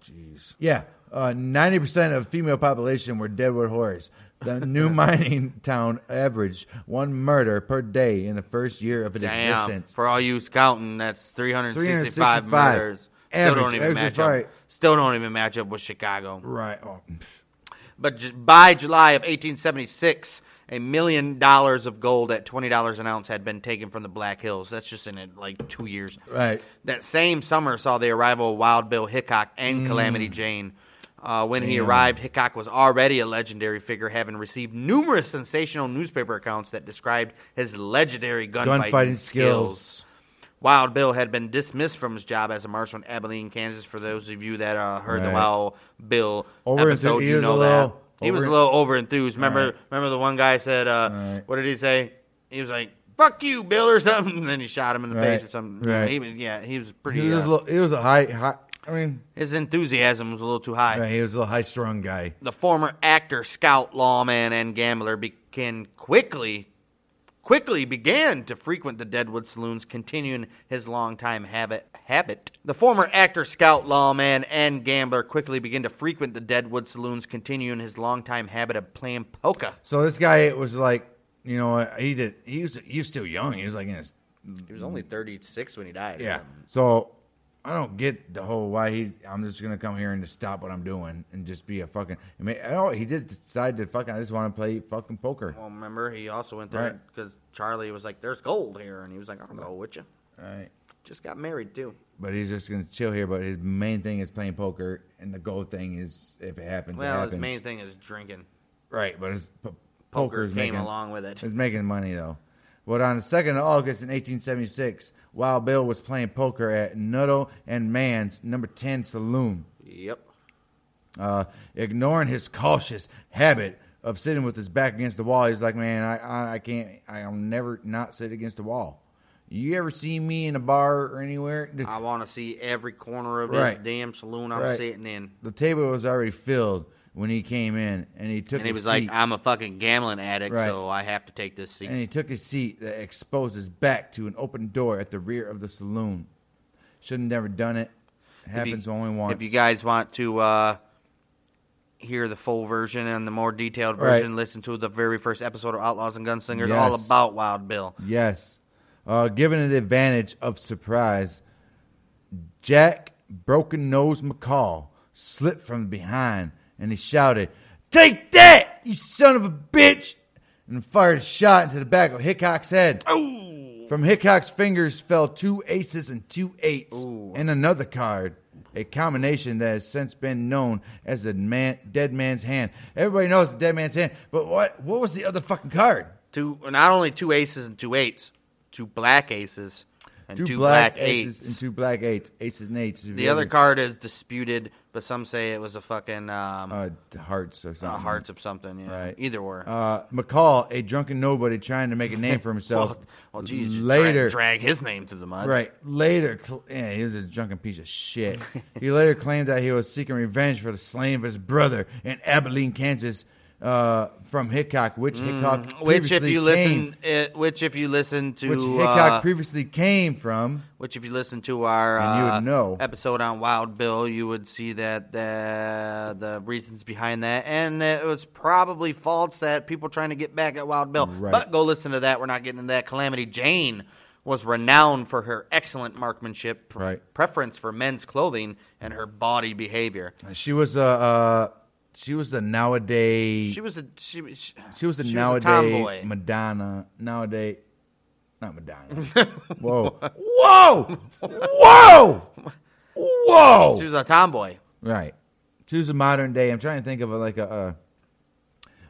jeez, yeah, uh, ninety percent of female population were deadwood whores. The new mining town averaged one murder per day in the first year of its Damn. existence. For all you scouting, that's 365, 365. murders. Still Average, don't even match average fight. up. Still don't even match up with Chicago. Right. Oh, pff. But j- by July of 1876, a million dollars of gold at twenty dollars an ounce had been taken from the Black Hills. That's just in it, like two years. Right. That same summer saw the arrival of Wild Bill Hickok and Calamity Jane. Uh, when he arrived, Hickok was already a legendary figure, having received numerous sensational newspaper accounts that described his legendary gunfighting, Gunfighting skills. skills. Wild Bill had been dismissed from his job as a marshal in Abilene, Kansas. For those of you that uh, heard the Right. Wild Bill Over episode, enthu- he you was a know that. little He was a over- little over enthused. Remember, remember the one guy said, uh, Right. "What did he say?" He was like, "Fuck you, Bill," or something. And then he shot him in the face Right. or something. Right. He was, yeah, he was pretty. He uh, was, a little, he was a high, high. I mean, his enthusiasm was a little too high. yeah, he was a little high strung guy. The former actor, scout, lawman, and gambler began quickly, quickly began to frequent the Deadwood saloons, continuing his longtime habit. habit. The former actor, scout, lawman, and gambler quickly began to frequent the Deadwood saloons, continuing his longtime habit of playing poker. So this guy was like, you know, what, he did. He was he was still young. He was like in his He was only 36 when he died. yeah. So I don't get the whole why he. I'm just gonna come here and just stop what I'm doing and just be a fucking. I mean, I don't, he did decide to fucking. I just want to play fucking poker. Well, remember, he also went there Right. because Charlie was like, there's gold here. And he was like, I'll go with you. Right. Just got married, too. But he's just gonna chill here. But his main thing is playing poker, and the goal thing is if it happens, it Well, happens. his main thing is drinking. Right, but his p- Poker poker's came making, along with it. It's making money though. But on the second of August in 1876, Wild Bill was playing poker at Nuttall and Mann's number 10 saloon. Yep. Uh, ignoring his cautious habit of sitting with his back against the wall, he's like, "Man, I, I, I can't. I'll never not sit against the wall." You ever see me in a bar or anywhere? I want to see every corner of Right. this damn saloon I'm Right. sitting in. The table was already filled when he came in, and he took. And he his was like, seat. I'm a fucking gambling addict, Right. so I have to take this seat. and he took his seat that exposed his back to an open door at the rear of the saloon. Should have never done it. It If you- happens only once. If you guys want to uh, hear the full version and the more detailed Right. version, listen to the very first episode of Outlaws and Gunslingers, all Yes. about Wild Bill. yes, uh, given the advantage of surprise, Jack Broken Nose McCall slipped from behind and he shouted, "Take that, you son of a bitch!" and fired a shot into the back of Hickok's head. From Hickok's fingers fell two aces and two eights, and another card, a combination that has since been known as the man, Dead Man's Hand. Everybody knows the Dead Man's Hand, but what what was the other fucking card? Two, not only two aces and two eights, two black aces and two, black, eights. and two black eights, aces and eights. the other card is disputed, but some say it was a fucking um, uh, hearts or uh, something. hearts of something. Yeah. Right. Either or. Uh, McCall, a drunken nobody trying to make a name for himself. well, well, geez, you later, drag, drag his name through the mud. Right. Later, cl- yeah, he was a drunken piece of shit. he later claimed that he was seeking revenge for the slaying of his brother in Abilene, Kansas, uh, from Hickok, which Hickok Mm, Which, if previously you came, listen, uh, which if you listen to, which Hickok uh, previously came from. Which, if you listen to our And you would uh, know. episode on Wild Bill, you would see that the, the reasons behind that, and that it was probably false that people trying to get back at Wild Bill. Right. But go listen to that. We're not getting into that. Calamity Jane was renowned for her excellent marksmanship, pr- Right. preference for men's clothing, and her body behavior. She was a uh, she was a nowadays She was a she, was- she, she was a she nowadays tomboy. Madonna nowadays. Not Madonna. Whoa. Whoa. Whoa. Whoa. She was a tomboy. Right. Choose a modern day. I'm trying to think of a, like a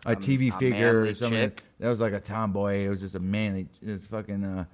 a, a TV a figure manly or something chick. that was like a tomboy. It was just a manly. It was fucking uh,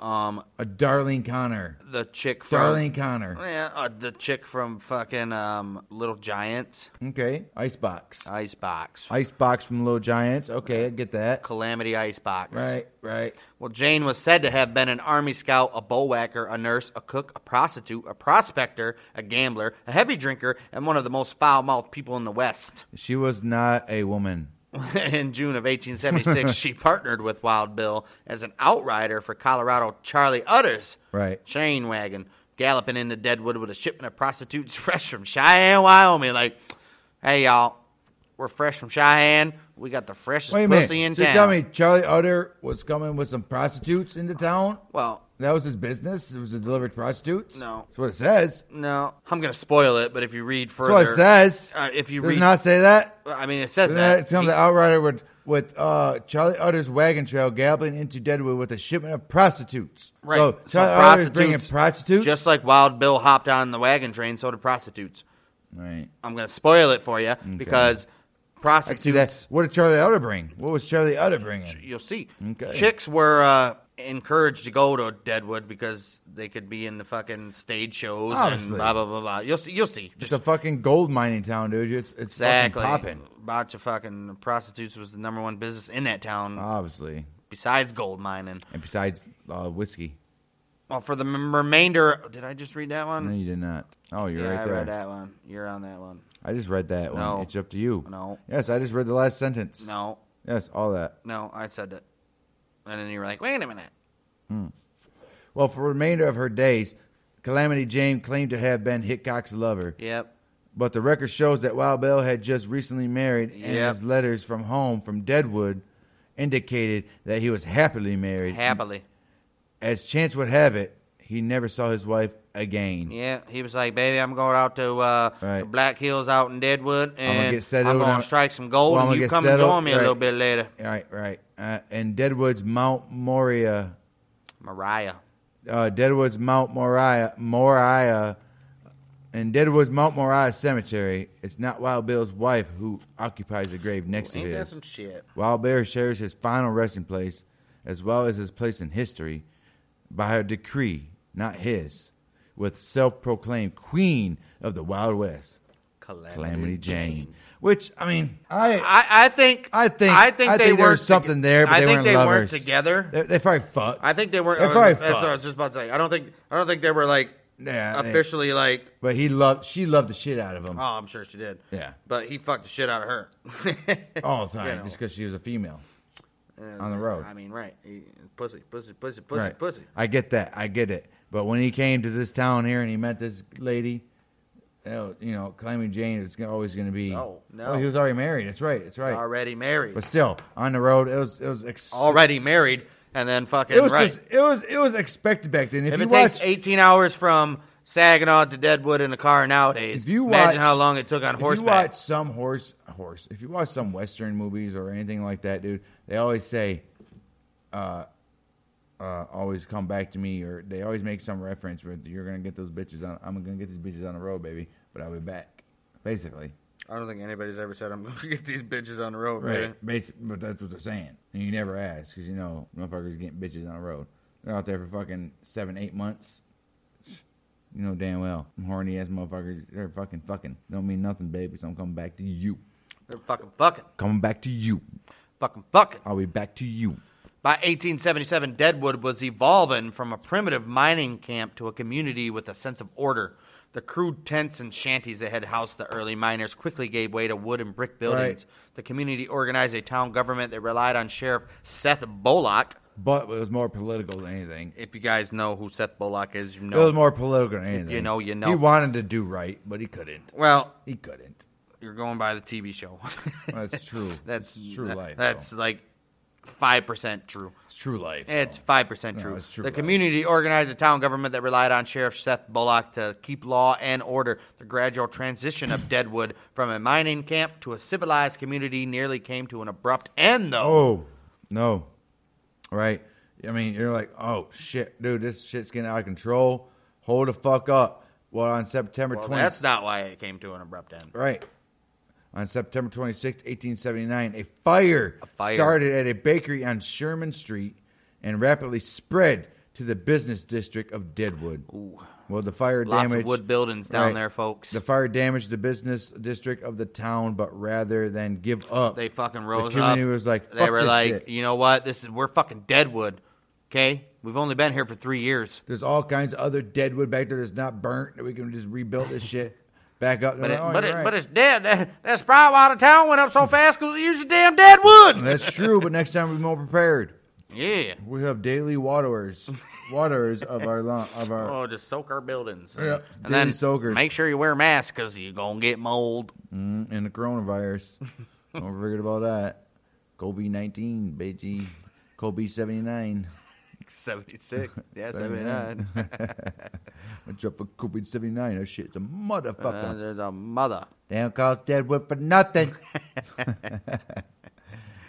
Um, a Darlene Connor. the chick from Darlene Connor. Yeah, uh, the chick from fucking um, Little Giants, Okay. Icebox. Icebox, Icebox from Little Giants. Okay, I get that. Calamity Icebox. Right. Right. Well, Jane was said to have been an army scout, a bull whacker, a nurse, a cook, a prostitute, a prospector, a gambler, a heavy drinker, and one of the most foul-mouthed people in the West. She was not a woman. in June of 1876, she partnered with Wild Bill as an outrider for Colorado Charlie Utters. Right. Chain wagon galloping into Deadwood with a shipment of prostitutes fresh from Cheyenne, Wyoming. Like, hey y'all, we're fresh from Cheyenne. We got the freshest Wait a minute. pussy in so you town. tell me, Charlie Utter was coming with some prostitutes into town. Well, That was his business. It was to deliver prostitutes. No. that's what it says. no, I'm gonna spoil it, but if you read That's what further, it says. Uh, if you Does it read, not say that. I mean, it says Then that. that comes He- the outrider with with uh, Charlie Utter's wagon trail galloping into Deadwood with a shipment of prostitutes. Right. So Charlie So Utter's bringing prostitutes, prostitutes. just like Wild Bill hopped on the wagon train, so did prostitutes. right. I'm gonna spoil it for you because I prostitutes. see that. What did Charlie Utter bring? What was Charlie Utter bringing? You'll see. Okay. Chicks were uh, encouraged to go to Deadwood because they could be in the fucking stage shows Obviously. and blah blah blah blah. You'll see. You'll see. It's Just a fucking gold mining town, dude. It's it's exactly. fucking popping. Bunch of fucking prostitutes was the number one business in that town Uh. Obviously, besides gold mining. and besides uh, whiskey, Well, for the m- remainder, did I just read that no, one? you did not. Oh, you're yeah, right I there. read that one. You're on that one. I just read that one. No. It's up to you. No. Yes, I just read the last sentence. No, Yes, all that. no, I said that. And then you're like, wait a minute. Well, for the remainder of her days, Calamity Jane claimed to have been Hitchcock's lover, Yep. but the record shows that Wild Bill had just recently married, and Yep. his letters from home from Deadwood indicated that he was happily married. Happily. As chance would have it, he never saw his wife again. Yeah, he was like, "Baby, I'm going out to uh, Right. the Black Hills out in Deadwood, gonna and I'm, get settled going and- to strike some gold, Well, I'm and gonna you get come settled, and join me right. a little bit later." Right, right. Uh, and Deadwood's Mount Moriah, Mariah, uh, Deadwood's Mount Moriah, Moriah, in Deadwood's Mount Moriah Cemetery. It's not Wild Bill's wife who occupies the grave next to ain't that his. some shit? Wild Bear shares his final resting place, as well as his place in history, by her decree, not his, with self-proclaimed Queen of the Wild West, Calamity, Calamity Jane. Which I mean, I I, I think I think- I think I they think there were was something there, but I they think weren't they lovers. weren't together. they, they probably fucked. I think they weren't. They probably that's what I fucked. was just about to say. I don't think I don't think they were like Yeah, they- officially like. but he loved. She loved the shit out of him Oh, I'm sure she did. Yeah. but he fucked the shit out of her all the time, you know. just because she was a female. And, On the road. I mean, right? He- Pussy, pussy, pussy, pussy, right. pussy. I get that. I get it. But when he came to this town here and he met this lady, you know, you know Calamity Jane was gonna- always going to be. No, no. Oh, he was already married. That's right. That's right. Already married. But still, on the road, it was it was ex- already married and then fucking it was right. just it was it was expected back then. If, if you it watch, takes 18 hours from Saginaw to Deadwood in a car nowadays, if you imagine watch, how long it took on if horseback. you watch some horse horse, if you watch some western movies or anything like that, dude, they always say, uh, uh, always come back to me, or they always make some reference with you're gonna get those bitches on. I'm gonna get these bitches on the road, baby, but I'll be back. Basically, I don't think anybody's ever said I'm going to get these bitches on the road, right? right? Basic, but that's what they're saying, and you never ask because you know motherfuckers getting bitches on the road. They're out there for fucking seven, eight months. You know damn well, horny ass motherfuckers. They're fucking fucking. Don't mean nothing, baby. So I'm coming back to you. They're fucking fucking, Coming back to you. fucking fucking. I'll be back to you. By 1877, Deadwood was evolving from a primitive mining camp to a community with a sense of order. The crude tents and shanties that had housed the early miners quickly gave way to wood and brick buildings. The community organized a town government that relied on Sheriff Seth Bollock. But it was more political than anything. If you guys know who Seth Bollock is, you know. It was more political than anything. know, you know. He wanted to do right, but he couldn't. well, He couldn't. you're going by the TV show. That's true. that's It's true that- life, That's though. like five percent true. It's true life. It's though. five percent No, true. it's true The life. community organized a town government that relied on Sheriff Seth Bullock to keep law and order. The gradual transition of Deadwood from a mining camp to a civilized community nearly came to an abrupt end, though. Oh no, right? I mean, you're like, oh shit, dude, this shit's getting out of control. Hold the fuck up. Well, on September well, 20th, that's not why it came to an abrupt end. right. On September 26, 1879, a fire, fire. started at a bakery on Sherman Street and rapidly spread to the business district of Deadwood. Well, the fire Lots damaged of wood buildings down right. there, folks. The fire damaged the business district of the town, but rather than give up, they fucking rose the community up. was like, they "Fuck were this like, shit." you know what? This is we're fucking Deadwood. Okay, we've only been here for three years. There's all kinds of other dead wood back there that's not burnt that we can just rebuild this shit back up. But, They're it, like, "Oh, but, you're it, right." but it's dead. That, that sprite out of town went up so fast because it used your damn dead wood. that's true. But next time we're more prepared. Yeah. We have daily waterers, waterers of our lawn, of our. Oh, just soak our buildings. Yeah, And then daily soakers. make sure you wear masks because you're going to get mold. Mm, and the coronavirus. Don't forget about that. COVID nineteen, bitchy. COVID seventy nine. 76. Yeah, 79. 79. What's up for COVID seventy nine? That shit's a motherfucker. Uh, there's a mother. they don't call it Deadwood for nothing.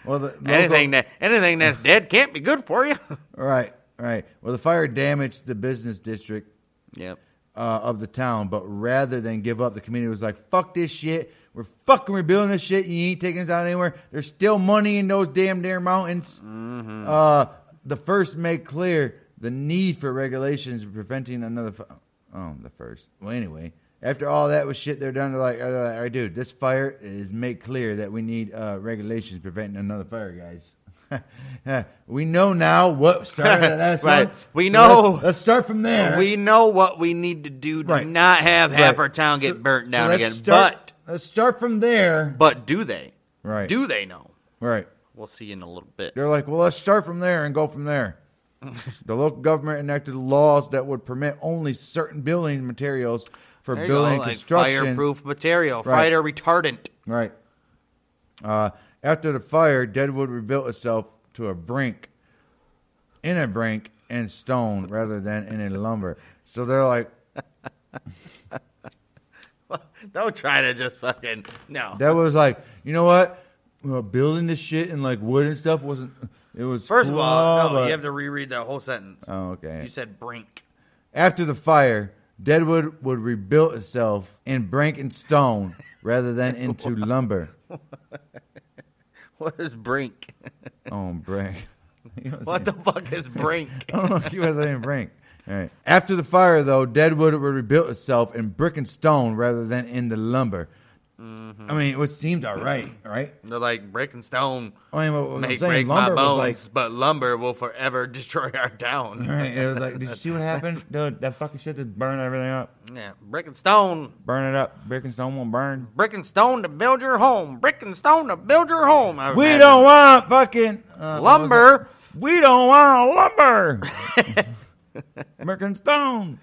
well, the local- Anything that anything that's dead can't be good for you. All right, all right. Well, the fire damaged the business district yep. uh, of the town, but rather than give up, the community was like, "Fuck this shit. We're fucking rebuilding this shit. and You ain't taking us out anywhere. There's still money in those damn damn mountains." Mm-hmm. Uh, the first made clear the need for regulations preventing another. Fi- oh, the first. Well, anyway. After all that was shit, they're done. They're like, they're like, all right, dude, this fire is made clear that we need uh, regulations preventing another fire, guys. we know now what started that last Right. one. We so let's- know- Let's, start from there. We know what we need to do to Right. not have half Right. our town get So- burnt so down let's again. Start, let's start from there. but but do they? Right. Do they know? Right. We'll see in a little bit. They're like, well, let's start from there and go from there. the local government enacted laws that would permit only certain building materials for There you go, building like construction. Fireproof material, Right. fire retardant. Right. Uh, after the fire, Deadwood rebuilt itself to a brink, in a brink and stone rather than in a lumber. So they're like, Don't try to just fucking no. that was like, you know what? Well, building this shit in like wood and stuff wasn't. It was First of all, cool, no, but- you have to reread that whole sentence. Oh, okay. You said brink. After the fire, Deadwood would rebuild itself in brink and stone rather than into lumber. What is brink? On brink. You know What the fuck is brink? I don't know if you guys are in Brink. All right. After the fire, though, Deadwood would rebuild itself in brick and stone rather than in the lumber. Mm-hmm. I mean, which seemed all right, right? They're like brick and stone I mean, what, what I'm make break saying, my lumber was bones, like, but lumber will forever destroy our town. all right, it was like, did you see what happened? Dude, that fucking shit just burn everything up. Yeah, brick and stone, Burn it up. Brick and stone won't burn. brick and stone to build your home, brick and stone to build your home. I We imagine. don't want fucking uh, lumber. We don't want lumber. brick and stone.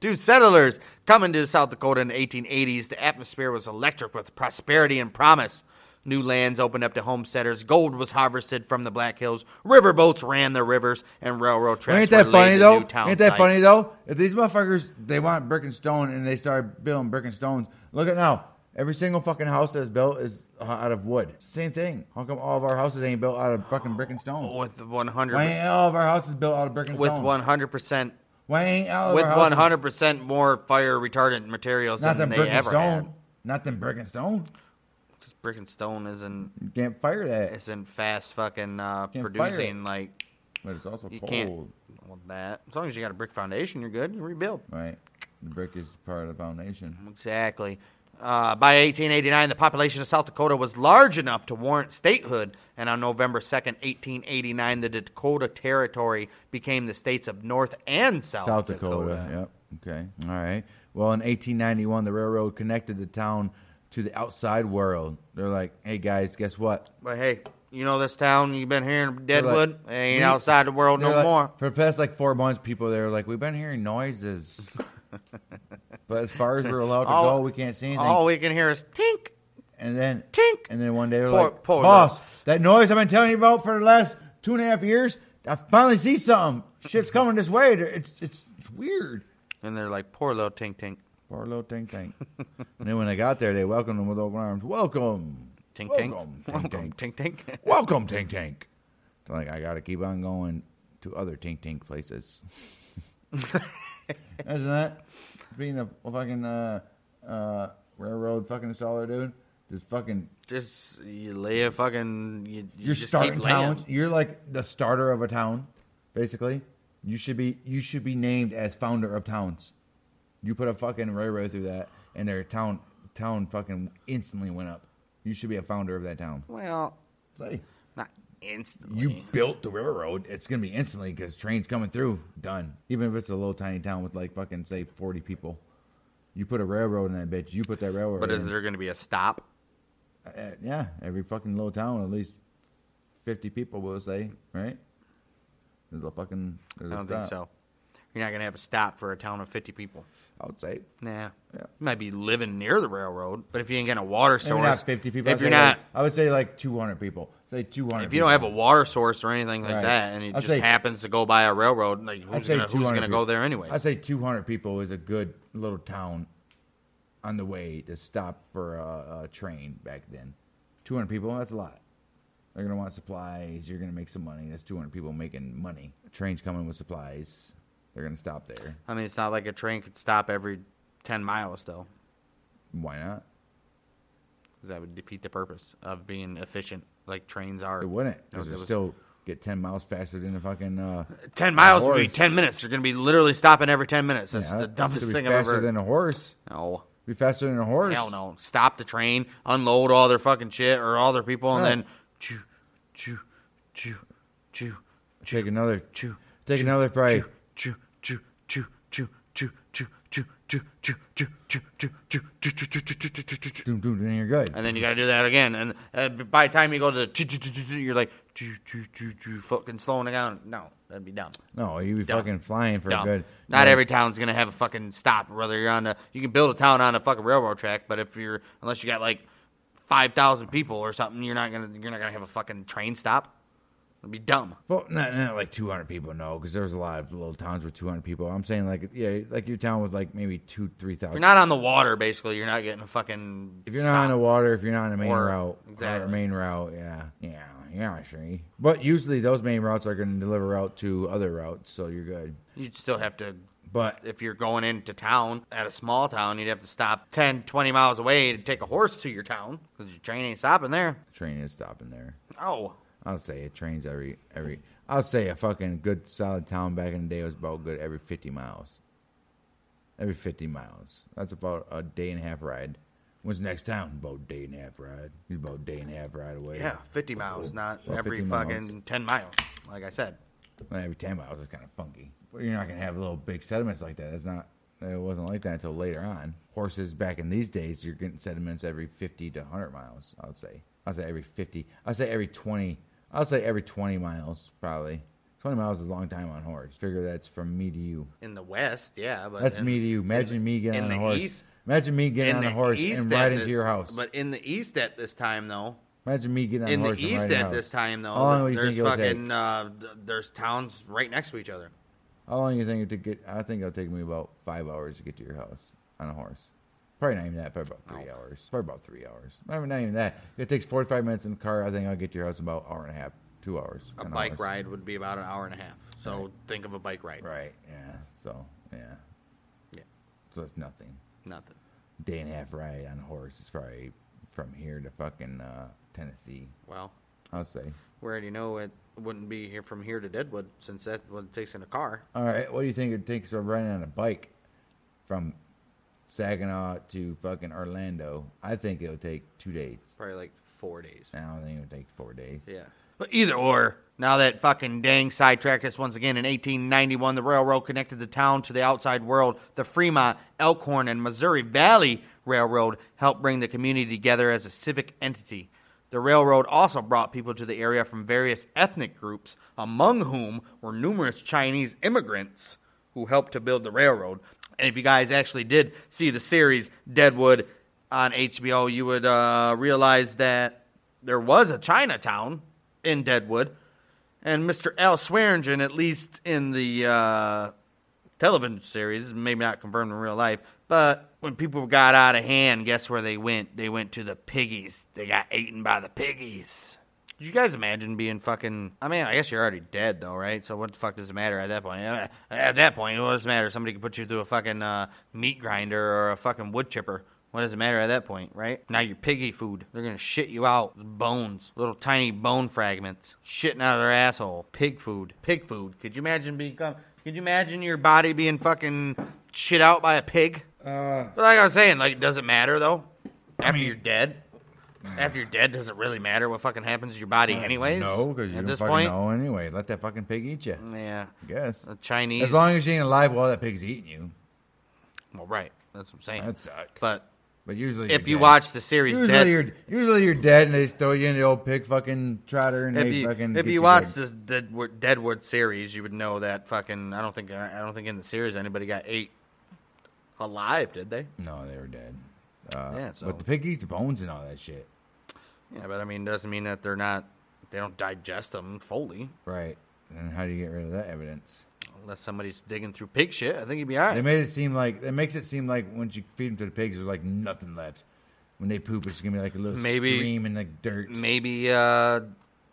Dude, settlers coming to South Dakota in the 1880s, the atmosphere was electric with prosperity and promise. New lands opened up to homesteaders. Gold was harvested from the Black Hills. Riverboats ran the rivers, and railroad tracks Ain't that were funny laid to though? new town Ain't that sites. funny though? If these motherfuckers they want brick and stone and they start building brick and stones, look at now. Every single fucking house that's built is uh, out of wood. Same thing. How come all of our houses ain't built out of fucking brick and stone? With 100, Why ain't all of our houses built out of brick and with stone? 100 percent, Why ain't all of with our houses 100 percent more fire retardant materials not than them they brick and ever stone? had. Not them brick and stone. Just brick and stone isn't You can't fire that. isn't fast fucking uh, Can't fire producing like But it's also you cold. can't. Well, that as long as you got a brick foundation, you're good. You rebuild. Right. The brick is part of the foundation. Exactly. Uh, by 1889, the population of South Dakota was large enough to warrant statehood, and on November 2nd, 1889, the Dakota Territory became the states of North and South, South Dakota. Yep. Okay. All right. Well, in 1891, the railroad connected the town to the outside world. They're like, hey guys, guess what? But hey, you know this town you've been hearing, They're like, Deadwood? it ain't we- outside the world they're Oh, no like- more. For the past like four months, people there were like, we've been hearing noises, but as far as we're allowed to All- go, we can't see anything. All we can hear is tink. and then Tink. and then one day they're Poor- like, poor boss, girl." that noise I've been telling you about for the last two and a half years, I finally see something. Shit's coming this way. There- It's it's, it's weird. And they're like, poor little tink tink. Poor little Tink Tink. and then when they got there, they welcomed them with open arms. Welcome. Tink Welcome, tink. Welcome, Tink Tink. tink tink. Welcome, Tink Tink. It's like, I got to keep on going to other Tink Tink places. Isn't that being a fucking uh, uh, railroad fucking installer, dude? Just fucking, Just you lay a fucking. You, you you're just starting keep laying. towns. You're like the starter of a town, basically. You should be you should be named as founder of towns. You put a fucking railroad through that, and their town town fucking instantly went up. You should be a founder of that town. Well, It's like, not instantly. You built the railroad. It's gonna be instantly because trains coming through. Done. Even if it's a little tiny town with like fucking say forty people, you put a railroad in that bitch. You put that railroad. But is in. there going to be a stop? Uh, yeah, every fucking little town with at least fifty people will say right. There's a fucking. There's I a don't think stop. so. You're not going to have a stop for a town of 50 people. I would say Nah. Yeah. You might be living near the railroad, but if you ain't got a water maybe source, not fifty people. I'd if you're say, like- not, I would say like two hundred people. Say two hundred. if you don't have a water source or anything like Right. that, and it I'd just say- happens to go by a railroad, like I'd who's say going to 200 go people. there anyway? I'd say 200 people is a good little town on the way to stop for a, a train back then. 200 people, that's a lot. They're going to want supplies. You're going to make some money. That's 200 people making money. train's coming with supplies. They're going to stop there. I mean, it's not like a train could stop every 10 miles, though, Why not? 'cause that would defeat the purpose of being efficient, like trains are. It wouldn't. It was- Because it it was- still get 10 miles faster than a fucking. Uh, 10 miles would be horse. 10 minutes. You're going to be literally stopping every 10 minutes. That's yeah, the it's dumbest gonna be thing I've faster ever. than a horse. no. Be faster than a horse. Hell no. Stop the train, unload all their fucking shit or all their people, and Right. then choo, choo, choo, choo, Take another. choo, Take another probably choo, choo, choo, choo, choo, choo, choo, choo, choo, choo, choo, choo, choo, choo, choo, choo, choo, choo, choo, choo, choo, choo. Doom, doom, doom, you're good. and then you got to do that again. And uh, b- by the time you go to the, choo, choo, choo, choo, choo, you're like, choo, choo, choo, choo, fucking slowing it down. No, that'd be dumb. No, you be Dumb. fucking flying for a Dumb. good. Not every town's gonna have a fucking stop. Whether you're on the, you can build a town on a fucking railroad track, but if you're, unless you got like five thousand people or something, you're not gonna, you're not gonna have a fucking train stop. It'd be dumb. Well, not, not like 200 people, no, because there was a lot of little towns with 200 people. I'm saying like, yeah, like your town with like maybe two, three If thousand. you're not on the water, basically, you're not getting a fucking. if you're not on the stop. water, if you're not on the main Or- route, or exactly. main route, yeah, yeah, yeah, sure. But usually those main routes are going to deliver out to other routes, so you're good. you'd still have to. But If you're going into town at a small town, you'd have to stop 10, 20 miles away to take a horse to your town because your train ain't stopping there. train is stopping there. Oh, I'll say it trains every every. I'll say a fucking good solid town back in the day was about good every 50 miles. Every 50 miles. That's about a day and a half ride. When's the next town? About day and a half ride. He's about day and a half ride away. yeah, 50 miles, not Well, every 50 fucking miles. 10 miles, like I said. Well, Every 10 miles is kind of funky. But you're not going to have little big sediments like that. That's not. It wasn't like that until later on. Horses back in these days, you're getting sediments every 50 to 100 miles. I would say. I'd say every 50. I'd say every 20. I'd say every 20 miles probably. 20 miles is a long time on horse. Figure that's from me to you. In the West, yeah. but That's in- me to you. Imagine me getting in on the a horse. east- Imagine me getting in on the a horse east and at riding the- to your house. But in the East at this time, though, Imagine me getting on in a the horse and East riding at out. this time, though, How long do you there's think it'll take? fucking, uh, th- there's towns right next to each other. How long do you think it took? Get, I think it'll take me about five hours to get to your house on a horse. Probably not even that. Probably about three hours. Probably about three hours. Not even, not even that. It takes forty-five minutes in the car. I think I'll get to your house in about hour and a half, two hours. A on bike horse. ride would be about an hour and a half. So think of a bike ride. Right. Yeah. So yeah. Yeah. So it's nothing. Nothing. Day and a half ride on a horse is probably from here to fucking uh, Tennessee. Well, I'll say. We already know it wouldn't be here from here to Deadwood since that's what it takes in a car. All right. What do you think it takes for riding on a bike from Saginaw to fucking Orlando? I think it'll take two days. Probably like four days. I don't think it would take four days. Yeah. But either or, now that fucking dang sidetracked us once again in 1891, the railroad connected the town to the outside world. The Fremont, Elkhorn, and Missouri Valley Railroad helped bring the community together as a civic entity. The railroad also brought people to the area from various ethnic groups, among whom were numerous Chinese immigrants who helped to build the railroad. And if you guys actually did see the series Deadwood on HBO, you would uh, realize that there was a Chinatown in Deadwood, and Mr. Al Swearingen, at least in the uh, television series, maybe not confirmed in real life, but when people got out of hand, guess where they went? They went to the piggies. They got eaten by the piggies. Could you guys imagine being fucking? I mean, I guess you're already dead though, right? So what the fuck does it matter at that point? Uh, At that point, what does it matter? Somebody could put you through a fucking uh, meat grinder or a fucking wood chipper. What does it matter at that point, right? Now you're piggy food. They're gonna shit you out. Bones, little tiny bone fragments, shitting out of their asshole. Pig food, pig food. Could you imagine become? Could you imagine your body being fucking shit out by a pig? Uh, But like I was saying, like, does it matter though? After you're dead, after you're dead, does it really matter what fucking happens to your body, anyways? Uh, no, because you at don't this fucking point, know anyway. Let that fucking pig eat you. yeah, I guess. the Chinese. As long as you ain't alive while that pig's eating you, well, right, that's what I'm saying. that sucks. But, but usually, if you're you dead. watch the series usually Dead, you're usually you're dead, and they just throw you in the old pig fucking trotter, and if they you fucking. if get you watch dead. this Deadwood, Deadwood series, you would know that fucking. I don't think I don't think in the series anybody got ate alive, did they? no, they were dead. Uh, Yeah, so- but the pig eats bones and all that shit, Yeah, but I mean, doesn't mean that they're not. They don't digest them fully, right? And how do you get rid of that evidence? unless somebody's digging through pig shit. I think you'd be all right. They made it seem like it makes it seem like once you feed them to the pigs, there's like nothing left. When they poop, it's gonna be like a little Maybe- stream in the dirt. maybe uh,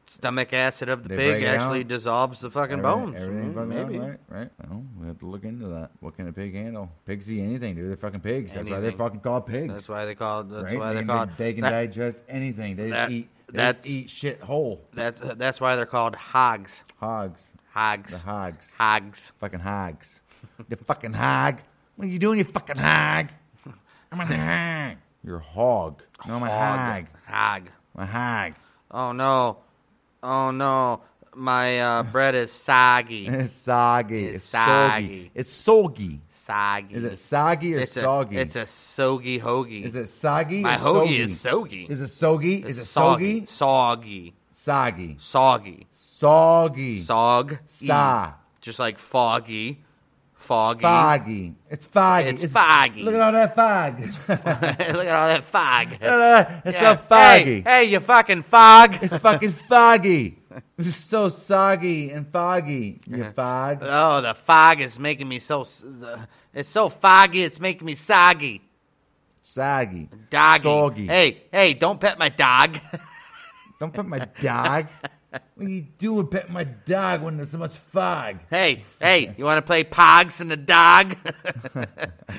stomach acid of the They break pig it actually out? dissolves the fucking Everything- bones. Everything Mm, fucking maybe. maybe. right, right. Well, we have to look into that. What can a pig handle? Pigs eat anything, dude. They're fucking pigs. That's why they're Anything. fucking called pigs. That's why they call. That's right? why they they're can, called. They can that, digest anything. They that- just eat. They that's- just eat shit whole. that's that's why they're called hogs. Hogs. The Hogs. hogs. Hogs. Fucking hogs. you fucking hog. What are you doing, you fucking hog? I'm a hog. You're a hog. No, I'm a Oh, hog. Hog. I'm a hog. Oh no. Oh no. My uh, bread is soggy. It's soggy. It's It's soggy. soggy. It's soggy. soggy. Is it soggy or it's soggy? A, it's a soggy hoagie. is it soggy? My or hoagie soggy? is soggy. Is it soggy? It's Is it soggy? Soggy. Soggy. Soggy. Soggy. Sog. Sa. Just like foggy. Foggy. Foggy. It's foggy. It's foggy. Look at all that fog. Look Look at all that fog. at that. it's Yeah. so Hey, foggy. hey, you fucking fog. It's fucking foggy. It's so soggy and foggy. Uh-huh. You fog. Oh, the fog is making me so. s- uh, It's so foggy. It's making me soggy. Soggy. Doggy. Soggy. Hey, hey, don't pet my dog. Don't pet my dog. what are you doing petting my dog when there's so much fog? hey, hey, you want to play pogs and the dog?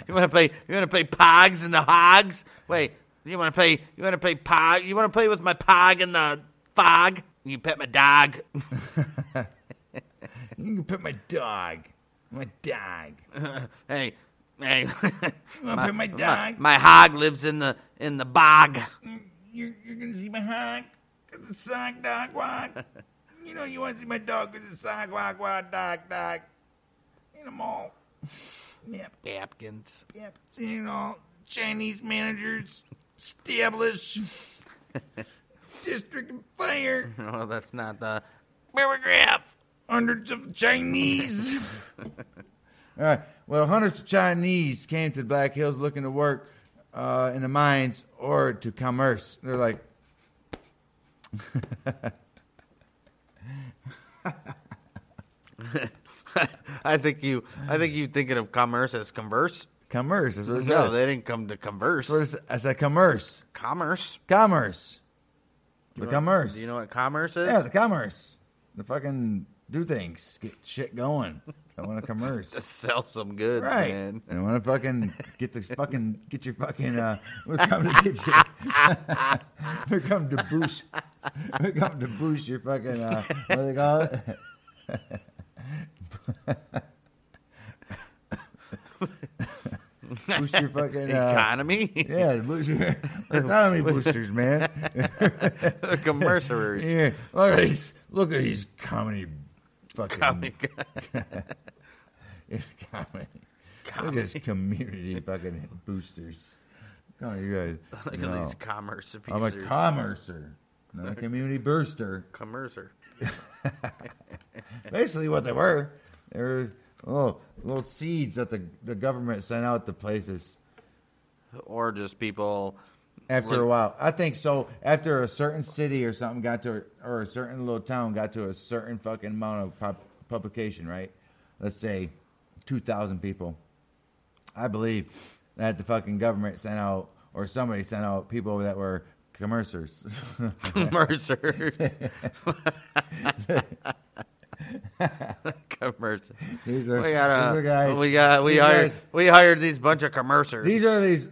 you want to play? You want to play pogs and the hogs? Wait, you want to play? You want to play pog? You want to play with my pog and the fog? You pet my dog. You can pet my dog. My dog. hey, hey, You want to pet my my, dog? my hog lives in the in the bog. you're, you're going to see my hog. 'Cause it's sog dog walk. you know you want to see my dog because it's sog walk walk dog dog. In them all. Yep. Napkins. Yep, seen it all. Chinese managers establish district of fire. No, that's not the. Paragraph. Hundreds of Chinese. all right. Well, hundreds of Chinese came to the Black Hills looking to work uh, in the mines or to commerce. They're like. I think you. I think you thinking of commerce as converse. Commerce. That's what it No, says. they didn't come to converse. That's what it says. I said commerce. commerce. Commerce. The You know- commerce. Do you know what commerce is? Yeah, the commerce. The fucking do things. Get shit going. I want to commerce. Sell some goods, Right. man. I want to fucking get the fucking get your fucking. Uh, we're coming to get you. we're coming to boost. We're coming to boost your fucking. Uh, what do they call it? boost your fucking. Uh, Economy. yeah, to boost your economy boosters, man. The commercers. Yeah, look at these. Look at these comedy. Fucking Comedy. It's comedy. Look at this community fucking boosters. Oh, you guys. Look no. at these commerce I'm a abusers. commercer, not a community booster. commercer. Basically, what they were, they were little, little seeds that the, the government sent out to places Or just people. after a Like- while. I think so. After a certain city or something got to, or a certain little town got to a certain fucking amount of pop, publication, right? Let's say 2,000 people. I believe that the fucking government sent out, or somebody sent out people that were commercers. Commercers. commercers. These are, We got these are a. guys. We got. We these hired. guys- We hired these bunch of commercers. these are these.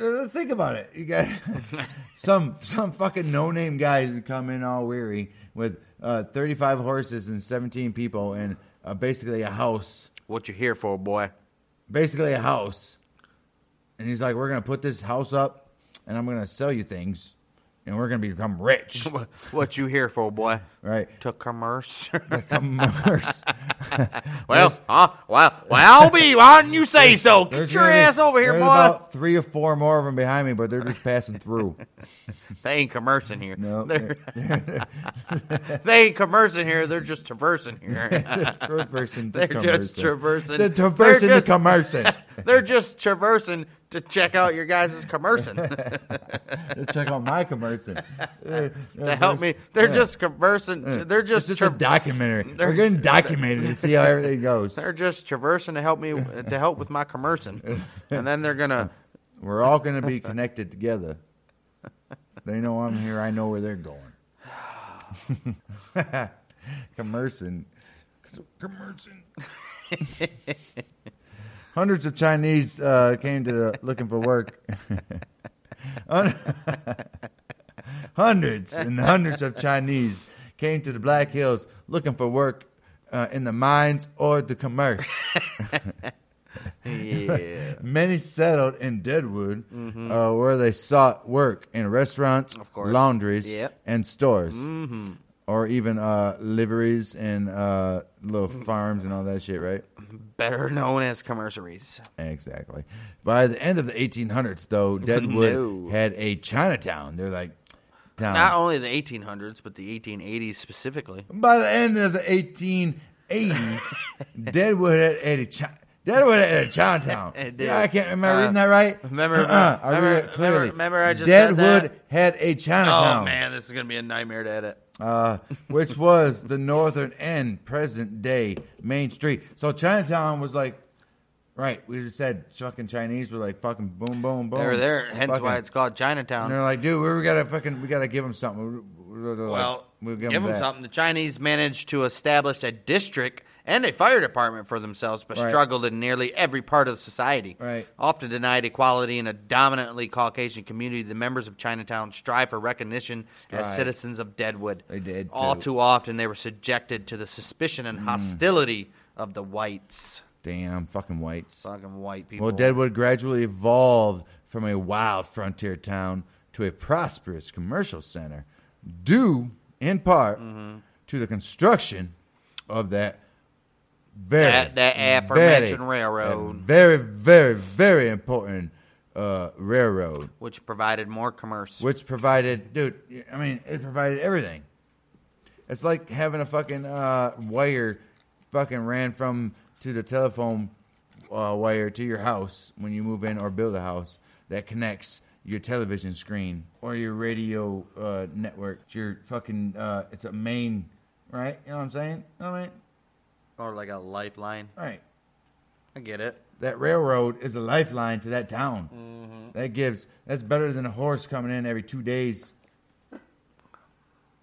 uh, Think about it. You got some some fucking no name guys who come in all weary with uh, thirty five horses and seventeen people and uh, basically a house, what you here for, boy? basically a house. And he's like, "We're gonna put this house up, and I'm gonna sell you things, and we're gonna become rich, What you here for, boy? right?" To commerce. Commerce. Well, huh? Well, well, I'll be. Why didn't you say so? Get There's your gonna be- ass over here, there's boy. About three or four more of them behind me, but they're just passing through. They ain't commercing here. No, They're- they ain't commercing here. They're just traversing here. traversing. to They're just commercing. traversing. They're They're traversing just- the commercial. They're just traversing to check out your guys' commercing Let's check out my commercial. to help me. They're just conversing. They're It's just. just a tra- documentary. they're- We're getting documented to see how everything goes. they're just traversing to help me to help with my commercing, and then they're gonna. We're all going to be connected together. They know I'm here. I know where they're going. commercing. Commercing. Hundreds of Chinese uh, came to the, looking for work. Hun- hundreds and hundreds of Chinese came to the Black Hills looking for work uh, in the mines or the commerce. Yeah, Many settled in Deadwood, uh, where they sought work in restaurants, Mm-hmm. course. laundries, Yep. Mm-hmm. and stores. or even uh, liveries and uh, little Mm-hmm. farms and all that shit, right? better known as commerceries. Uh-huh. Exactly. By the end of the 1800s, though, Deadwood No. had a Chinatown. They're like, town. Not only the 1800s, but the 1880s specifically. By the end of the 1880s, Deadwood had, had a chi- Deadwood had a Chinatown. It did. yeah, I can't. Am I Uh, reading that right? remember- Uh-uh, I read remember- it clearly. remember- remember I just said Deadwood that? had a Chinatown. Oh man, this is gonna be a nightmare to edit. uh, which was the northern end, present day Main Street. So Chinatown was like, right? We just said fucking Chinese were like fucking boom, boom, boom. They were there, hence Fucking- why it's called And Chinatown. they're like, dude, we we gotta fucking, we gotta give them something. We- we- we- like, well, we'll give, them them that. something. The Chinese managed to establish a district and a fire department for themselves, but Right. struggled in nearly every part of society. Right. Often denied equality in a dominantly Caucasian community, the members of Chinatown strive for recognition as Strive. citizens of Deadwood. They did, All too. Mm. too often, they were subjected to the suspicion and hostility of the whites. Damn, fucking whites. Fucking white people. Well, Deadwood gradually evolved from a wild frontier town to a prosperous commercial center, due in part Mm-hmm. to the construction of that very That- that very, aforementioned railroad. that very, very, very important uh, railroad, which provided more commerce. which provided, dude. I mean, it provided everything. It's like having a fucking uh, wire fucking ran from to the telephone uh, wire to your house when you move in or build a house that connects your television screen or your radio uh, network. to Your fucking uh, it's a main, right? You know what I'm saying? You know what I mean? or like a lifeline. All right. I get it. That railroad is a lifeline to that town. Mm-hmm. That gives that's better than a horse coming in every two days.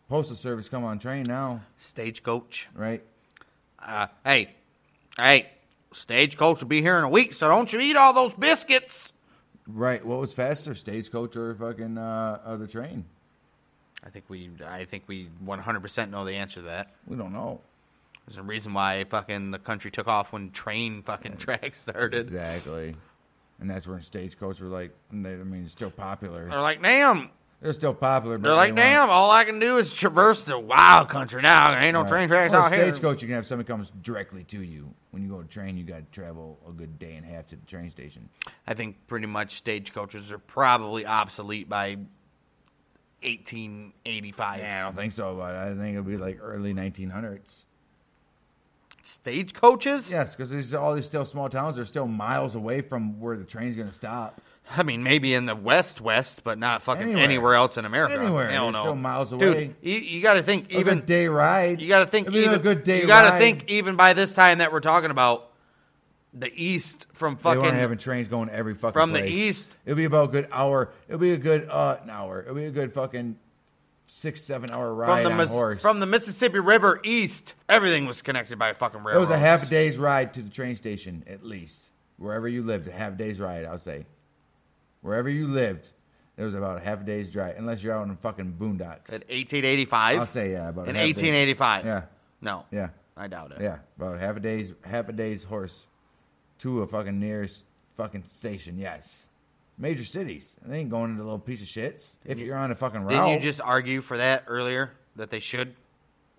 Postal service come on train now, Stagecoach. right? Uh, hey, hey, stagecoach will be here in a week, so don't you eat all those biscuits. Right. What was faster, stagecoach or fucking uh, uh, the train? I think we, I think we 100% know the answer to that. We don't know. There's a reason why fucking the country took off when train fucking tracks started. Exactly. And that's when stagecoach were like, they, I mean, it's still popular. They're like, damn. They're still popular. But They're like, they weren't- damn. All I can do is traverse the wild country now. There ain't no Right. train tracks Or out here. Stagecoach, you can have someone comes directly to you. When you go to train, you got to travel a good day and a half to the train station. I think pretty much stagecoaches are probably obsolete by 1885. Yeah, I don't think so, but I think it'll be like early 1900s. Stagecoaches? Yes, because these all these still small towns are still miles away from where the train's going to stop. I mean, maybe in the West West, but not fucking Anywhere. anywhere, else in America. Anywhere. Hell You're no. still miles away. Dude, you, you got to think Even even. day ride. You got to think It'd be even. a good day. you got to ride. think even by this time that we're talking about the East from they weren't fucking. having trains going every fucking From the place. east. It'll be about a good hour. It'll be a good uh an hour. It'll be a good fucking six seven hour From ride the, on Mis- horse. from the Mississippi River east, everything was connected by a fucking it railroad. was a half a day's ride to the train station at least wherever you lived. A half day's ride, I'll say. Wherever you lived, it was about a half a day's drive, unless you're out in the fucking boondocks. At 1885? I'll say yeah, about a In half day. 1885? Yeah. No. Yeah. I doubt it. Yeah, about half a day's half a day's horse to a fucking nearest fucking station. Yes, major cities. They ain't going into little piece of shits. If you're on a fucking route, Didn't you just argue for that earlier that they should?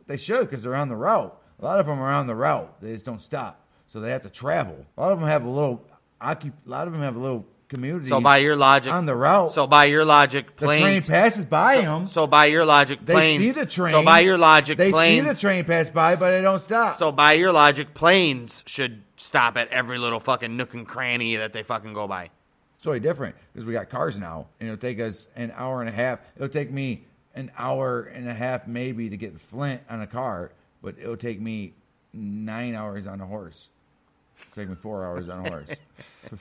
they should because they're on the route. A lot of them are on the route. They just don't stop, so they have to travel. A lot of them have a little. Occup- a lot of them have a little community. So by your logic, on the route, So by your logic, the planes. train passes by them. So by your logic, they planes. see the train. So by your logic, they planes. see the train pass by, but they don't stop. So by your logic, planes should stop at every little fucking nook and cranny that they fucking go by. It's totally different because we got cars now, and it'll take us an hour and a half. It'll take me an hour and a half maybe to get to Flint on a car, but it'll take me nine hours on a horse. It'll take me four hours on a horse. it'll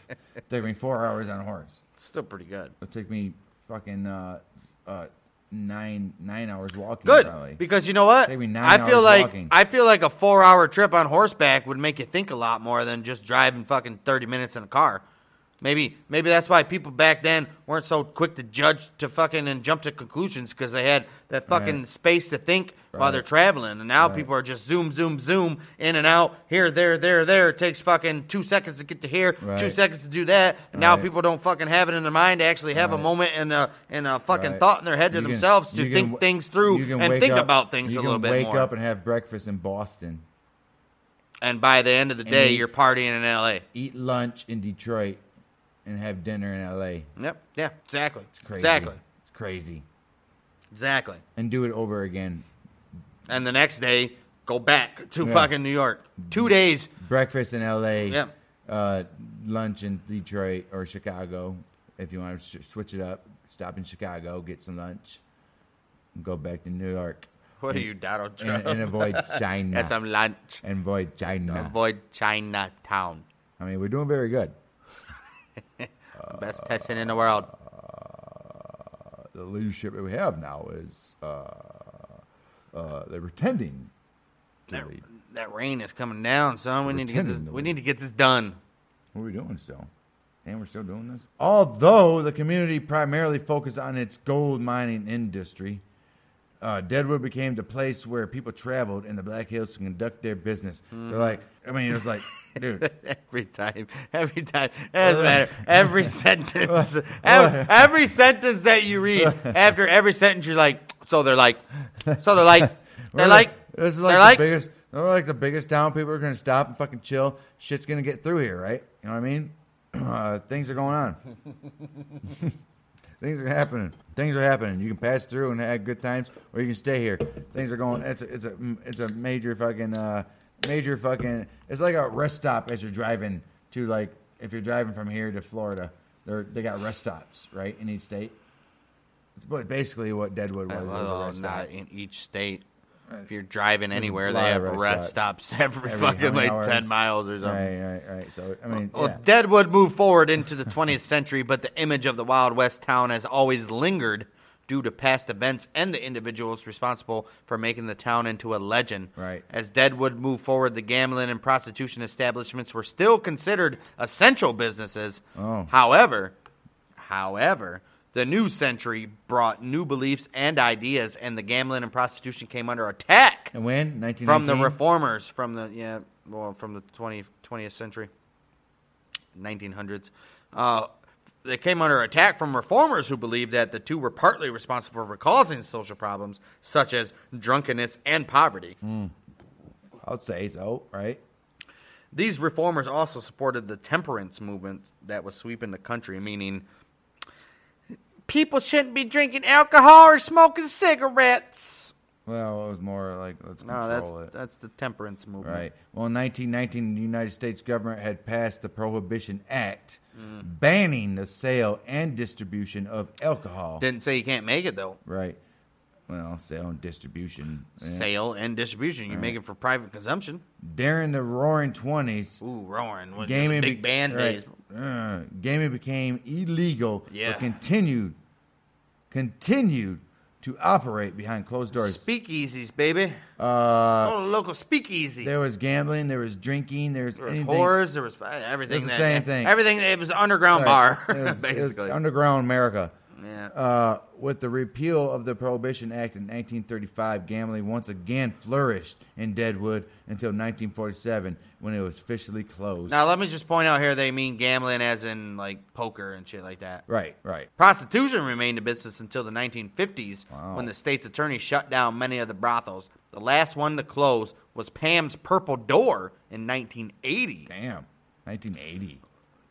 take me four hours on a horse. Still pretty good. It'll take me fucking uh, uh, nine nine hours walking. Good, probably. because you know what? Take me nine I feel hours like walking. I feel like a four-hour trip on horseback would make you think a lot more than just driving fucking thirty minutes in a car. Maybe maybe that's why people back then weren't so quick to judge to fucking and jump to conclusions because they had that fucking Right. space to think while they're traveling. And now people are just zoom, zoom, zoom in and out here, there, there, there. It takes fucking two seconds to get to here, two Right. seconds to do that. And now Right. people don't fucking have it in their mind to actually have a moment and a and a fucking Right. thought in their head to You can- themselves to you can think w- things you through can and wake think up- about things you a little bit can wake more. up and have breakfast in Boston, and by the end of the and day, eat- you're partying in L.A. eat lunch in Detroit, and have dinner in L.A. Yep. Yeah. Exactly. It's crazy. Exactly. It's crazy. Exactly. And do it over again. and the next day go back to Yeah. fucking New York. Two days. Breakfast in L.A. Yeah. Uh, lunch in Detroit or Chicago, if you want to sh- switch it up. Stop in Chicago, get some lunch, and go back to New York What are you, Donald and, Trump? and avoid China. That's some lunch. and avoid China. Avoid Chinatown. I mean, we're doing very good. Best Uh, testing in the world. the leadership that we have now is uh, uh, they're pretending to That, lead. that rain is coming down, son. We We're need to get this. pretending to We lead. need to get this done. What are we doing still? And we're still doing this. Although the community primarily focused on its gold mining industry, uh, Deadwood became the place where people traveled in the Black Hills to conduct their business. They're like, I mean, it was like, dude, Every time, every time, it doesn't matter. Every sentence, ev- every, sentence that you read, after every sentence, you're like, so they're like, so they're like, We're they're like, this is like they're the like, biggest. They're like the biggest town. People are going to stop and fucking chill. Shit's going to get through here, right? You know what I mean? Uh, things are going on. things are happening. Things are happening. You can pass through and have good times, or you can stay here. Things are going. It's a, it's a it's a major fucking uh, major fucking. It's like a rest stop as you're driving to like if you're driving from here to Florida. They're, they got rest stops right in each state. It's what- basically what Deadwood was. was a Well, rest not stop. in each state. If you're driving anywhere, they lot have of rest rest stops every, Every how fucking many like hours? ten miles or something. Right, right, right. So I mean, Well, yeah. Deadwood moved forward into the 20th century, but the image of the Wild West town has always lingered due to past events and the individuals responsible for making the town into a legend. Right. As Deadwood moved forward, the gambling and prostitution establishments were still considered essential businesses. Oh. However, however, the new century brought new beliefs and ideas, and the gambling and prostitution came under attack and when nineteen from the reformers from the yeah well from the 20th, 20th century 1900s uh, they came under attack from reformers who believed that the two were partly responsible for causing social problems such as drunkenness and poverty Hmm. I'd say so. Right. these reformers also supported the temperance movement that was sweeping the country meaning people shouldn't be drinking alcohol or smoking cigarettes Well, it was more like let's no control that's it. that's the temperance movement Right. Well, in 1919, the United States government had passed the Prohibition Act, Mm. banning the sale and distribution of alcohol. didn't say you can't make it though right. Well, sale and distribution. Yeah. sale and distribution. You make it for private consumption. During the Roaring Twenties, Ooh, roaring. What, gaming big be- band right. days. Uh, gaming became illegal, Yeah. but continued continued to operate behind closed doors. Speakeasies, baby. Uh, Go to local speakeasy. There there was gambling, there was drinking, there was was anything. whores. There was uh, everything. It was the that- same thing. Everything. It was underground Right. bar, It was- it was basically. underground America. yeah. Uh, with the repeal of the Prohibition Act in 1935, gambling once again flourished in Deadwood until 1947 when it was officially closed. now let me just point out here they mean gambling as in like poker and shit like that. right, right. Prostitution remained a business until the 1950s Wow. when the state's attorney shut down many of the brothels. The last one to close was Pam's Purple Door in 1980. Damn. 1980.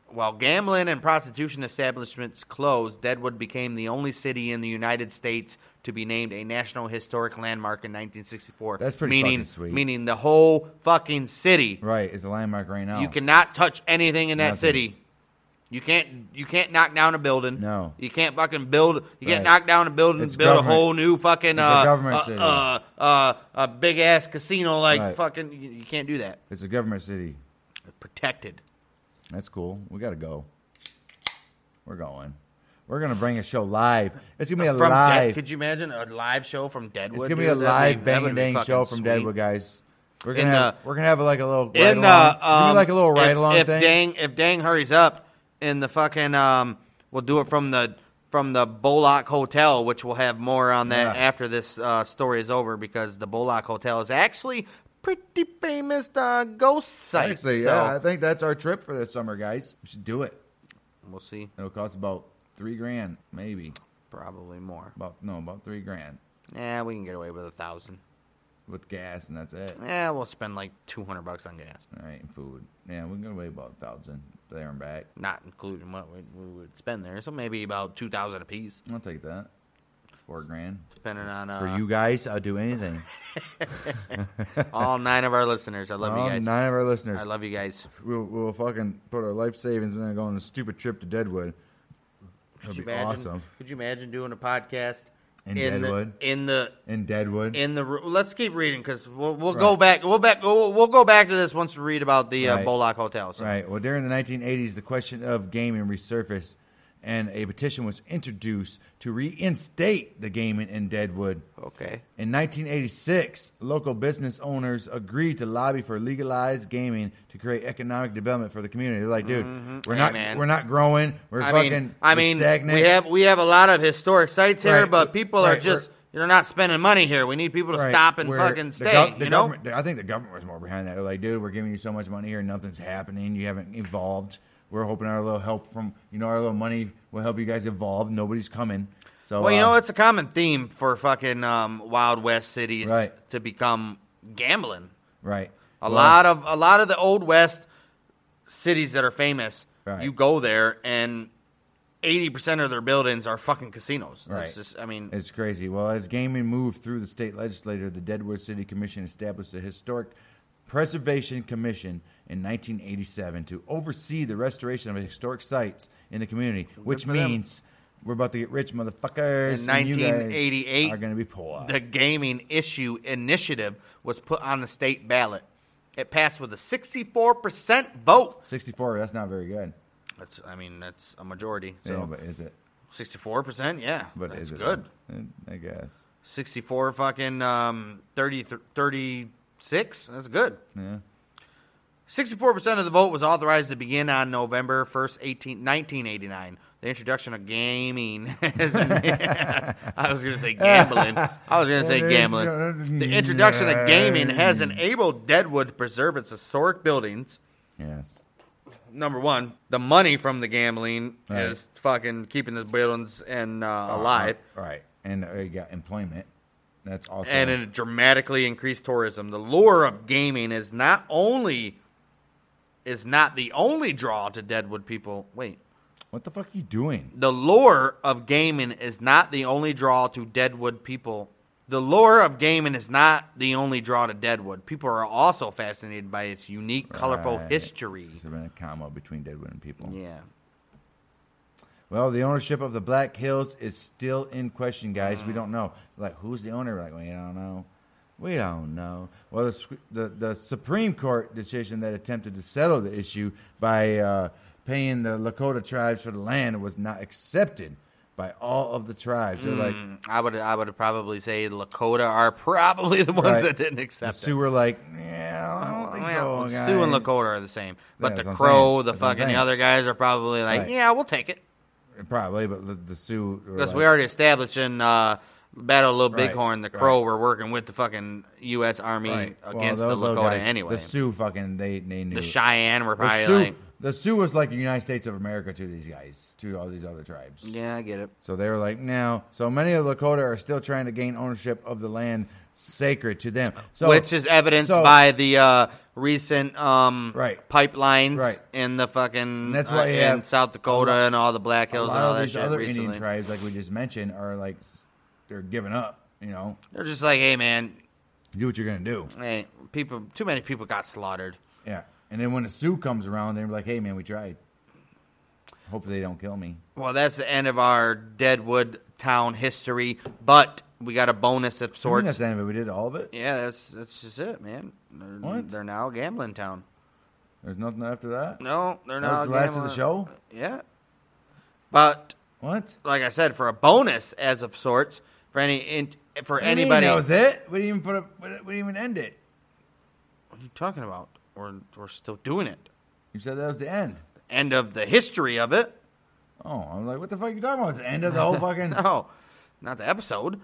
While gambling and prostitution establishments closed, Deadwood became the only city in the United States to be named a National Historic Landmark in 1964. That's pretty meaning, fucking sweet. Meaning the whole fucking city. Right, it's a landmark right now. You cannot touch anything in that Nothing. city. You can't. You can't knock down a building. No. You can't fucking build. You can't Right. knock down a building. It's build a government. whole new fucking It's a uh, government uh, city. uh, uh, a big ass casino like Right. fucking. You, you can't do that. It's a government city. Protected. That's cool. We got to go. We're going. We're going to bring a show live. It's going to be a from live. Dead, could you imagine a live show from it's Deadwood? going to be dude? a That'd that live bang would and be dang fucking show from sweet. Deadwood, guys. We're going In to have the- we're going to have like a little ride In along. the It's gonna be um, like a little if- ride along if, thing. Dang, if Dang hurries up, in the fucking um we'll do it from the from the Bollock Hotel, which we'll have more on that Yeah. after this uh, story is over because the Bollock Hotel is actually pretty famous uh, ghost site. Actually, so yeah, I think that's our trip for this summer, guys. We should do it. we'll see. It'll cost about three grand, maybe. Probably more. About no, about three grand Yeah, we can get away with a thousand. with gas, and that's it. Yeah, we'll spend like two hundred bucks on gas, All right, and food. Yeah, we can get away about a thousand there and back. not including what we, we would spend there. So maybe about two thousand apiece, I'll take that. Four grand depending on uh, for you guys. I'll do anything. uh, all nine of our listeners. I love Well, you guys. Nine of our listeners. I love you guys. we'll, we'll fucking put our life savings in and go on a stupid trip to Deadwood. That'd Could be you imagine, awesome. Could you imagine doing a podcast In the, Deadwood? in the In Deadwood. in the ro- let's keep reading because we'll we'll go back we'll back we'll, we'll go back to this once we read about the uh, Right. Bollock Hotel. So. Right. Well, during the 1980s, the question of gaming resurfaced, and a petition was introduced to reinstate the gaming in Deadwood. Okay. In 1986, local business owners agreed to lobby for legalized gaming to create economic development for the community. They're like, dude, we're Mm-hmm. Hey, not man. we're not growing. We're I fucking mean, I we're mean, stagnant. we have we have a lot of historic sites here, Right. but people are Right. just they're not spending money here. We need people to stop and where fucking the stay. gov- the you know, government- I think the government was more behind that. They're like, dude, we're giving you so much money here, nothing's happening. You haven't evolved. We're hoping our little help from you know our little money will help you guys evolve. Nobody's coming. So Well, you uh, know, it's a common theme for fucking um, Wild West cities Right. to become gambling. right. A Well, lot of a lot of the old west cities that are famous, Right. you go there and eighty percent of their buildings are fucking casinos. That's Right. just I mean It's crazy. Well, as gaming moved through the state legislature, the Deadwood City Commission established the Historic Preservation Commission in 1987 to oversee the restoration of historic sites in the community, which for them. means we're about to get rich, motherfuckers. In and you guys 1988, are going to be poor. the gaming issue initiative was put on the state ballot. It passed with a sixty four percent vote. 64, that's not very good. That's I mean, that's a majority. yeah, So but is it? sixty four percent, yeah. But that's is it? good. though? Eh, I guess. 64 fucking um, 30, 36 that's good Yeah. 64% of the vote was authorized to begin on november 1st 18, 1989 the introduction of gaming has- i was going to say gambling i was going to say gambling the introduction of gaming has enabled deadwood to preserve its historic buildings Yes. number one the money from the gambling Right. Uh-huh. is fucking keeping the buildings and uh, alive All right. And uh, you got employment. That's also. and it dramatically increased tourism. The lure of gaming is not only is not the only draw to Deadwood people. Wait, what the fuck are you doing? the lure of gaming is not the only draw to Deadwood people. The lure of gaming is not the only draw to Deadwood. People are also fascinated by its unique, colorful Right. history. There's been a comma between Deadwood and people. Yeah. Well, the ownership of the Black Hills is still in question, guys. Mm. We don't know. Like, who's the owner? We're Like, we don't know. We don't know. Well, the, sc- the, the Supreme Court decision that attempted to settle the issue by uh, paying the Lakota tribes for the land was not accepted by all of the tribes. They're like, I would I would probably say Lakota are probably the ones Right. that didn't the accept it. Sioux were like, yeah, I don't think Well, so, guys. Sue and Lakota are the same, but the Yeah, that's what I'm Crow, saying. the That's what I'm fucking the saying. other guys are probably like, Right. yeah, we'll take it Probably, but the, the Sioux. were because like- we already established in uh, Battle of Little Right, Bighorn, the right. Crow were working with the fucking U.S. Army Right. Well, against those the Lakota little guys- anyway. The Sioux fucking, they, they knew. The Cheyenne were The probably Sioux, like, the Sioux was like the United States of America to these guys, to all these other tribes. yeah, I get it. So they were like, no. So many of the Lakota are still trying to gain ownership of the land sacred to them. So, Which is evidenced so- by the uh, recent um, Right. pipelines Right. in the fucking And that's why uh, you in have South Dakota a lot- and all the Black a Hills and lot all of that these shit other recently. Indian tribes, like we just mentioned, are like, they're giving up, you know, They're just like, hey man, do what you're going to do. hey, people, too many people got slaughtered. Yeah. And then when the Sioux comes around, they're like, hey, man, we tried. Hope they don't kill me. Well, that's the end of our Deadwood town history, but we got a bonus of I mean, sorts. that's the end of it. We did all of it. yeah, that's that's just it, man. They're, What? they're now a gambling town. There's nothing after that. No, they're That now was a the last of gambling- the show? Yeah, but What? like I said, for a bonus as of sorts for any in, for What do you mean anybody. that was it. We didn't even put up. We didn't we didn't even end it. What are you talking about? We're we're still doing it. You said that was the end. end of the history of it. Oh, I'm like, what the fuck are you talking about? It's the end of the whole fucking. No, Oh, not the episode.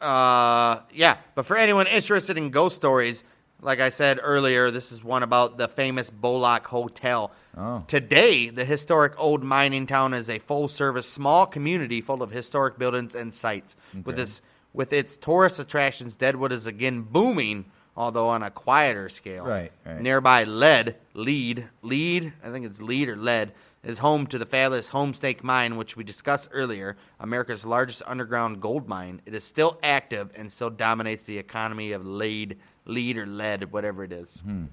Uh, yeah, but for anyone interested in ghost stories, like I said earlier, this is one about the famous Bolak Hotel. Oh. Today, the historic old mining town is a full-service small community full of historic buildings and sites. With its with its tourist attractions, Deadwood is again booming, although on a quieter scale. Right, right. Nearby Lead, Lead, Lead, I think it's Lead or Lead, is home to the fabulous Homestake Mine, which we discussed earlier, America's largest underground gold mine. It is still active and still dominates the economy of Lead, Lead or Lead, whatever it is. Oh,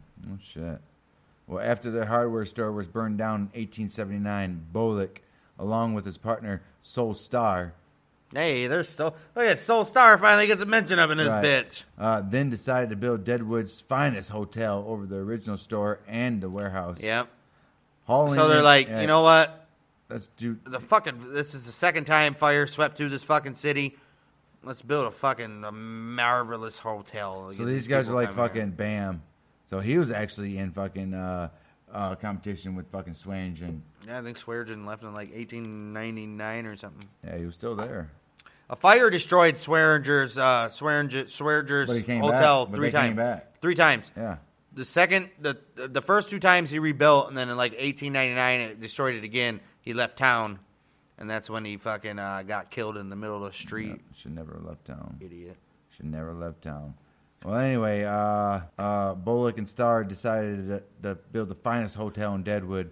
shit. Well, after the hardware store was burned down in 1879, Bolick, along with his partner Soul Star, Hey, there's still look at Soul Star finally gets a mention up in this Right. bitch. uh, then decided to build Deadwood's finest hotel over the original store and the warehouse. Yep. Hauling So they're in- like, yeah, you know what? let's do The fucking this is the second time fire swept through this fucking city. Let's build a fucking a marvelous hotel. So these guys were like fucking bam. So he was actually in fucking uh, uh, competition with fucking Swange, and Yeah, I think Swearingen left in like 1899 or something. yeah, he was still there. A fire destroyed Swearinger's uh, Swearinger, Swearinger's But he came hotel back. But three they came times. back. Three times. Yeah, The second, the the first two times he rebuilt, and then in like 1899, it destroyed it again. He left town, and that's when he fucking uh, got killed in the middle of the Yeah, street. should never have left town. Idiot. Should never have left town. Well, anyway, uh, uh, Bullock and Star decided to, to build the finest hotel in Deadwood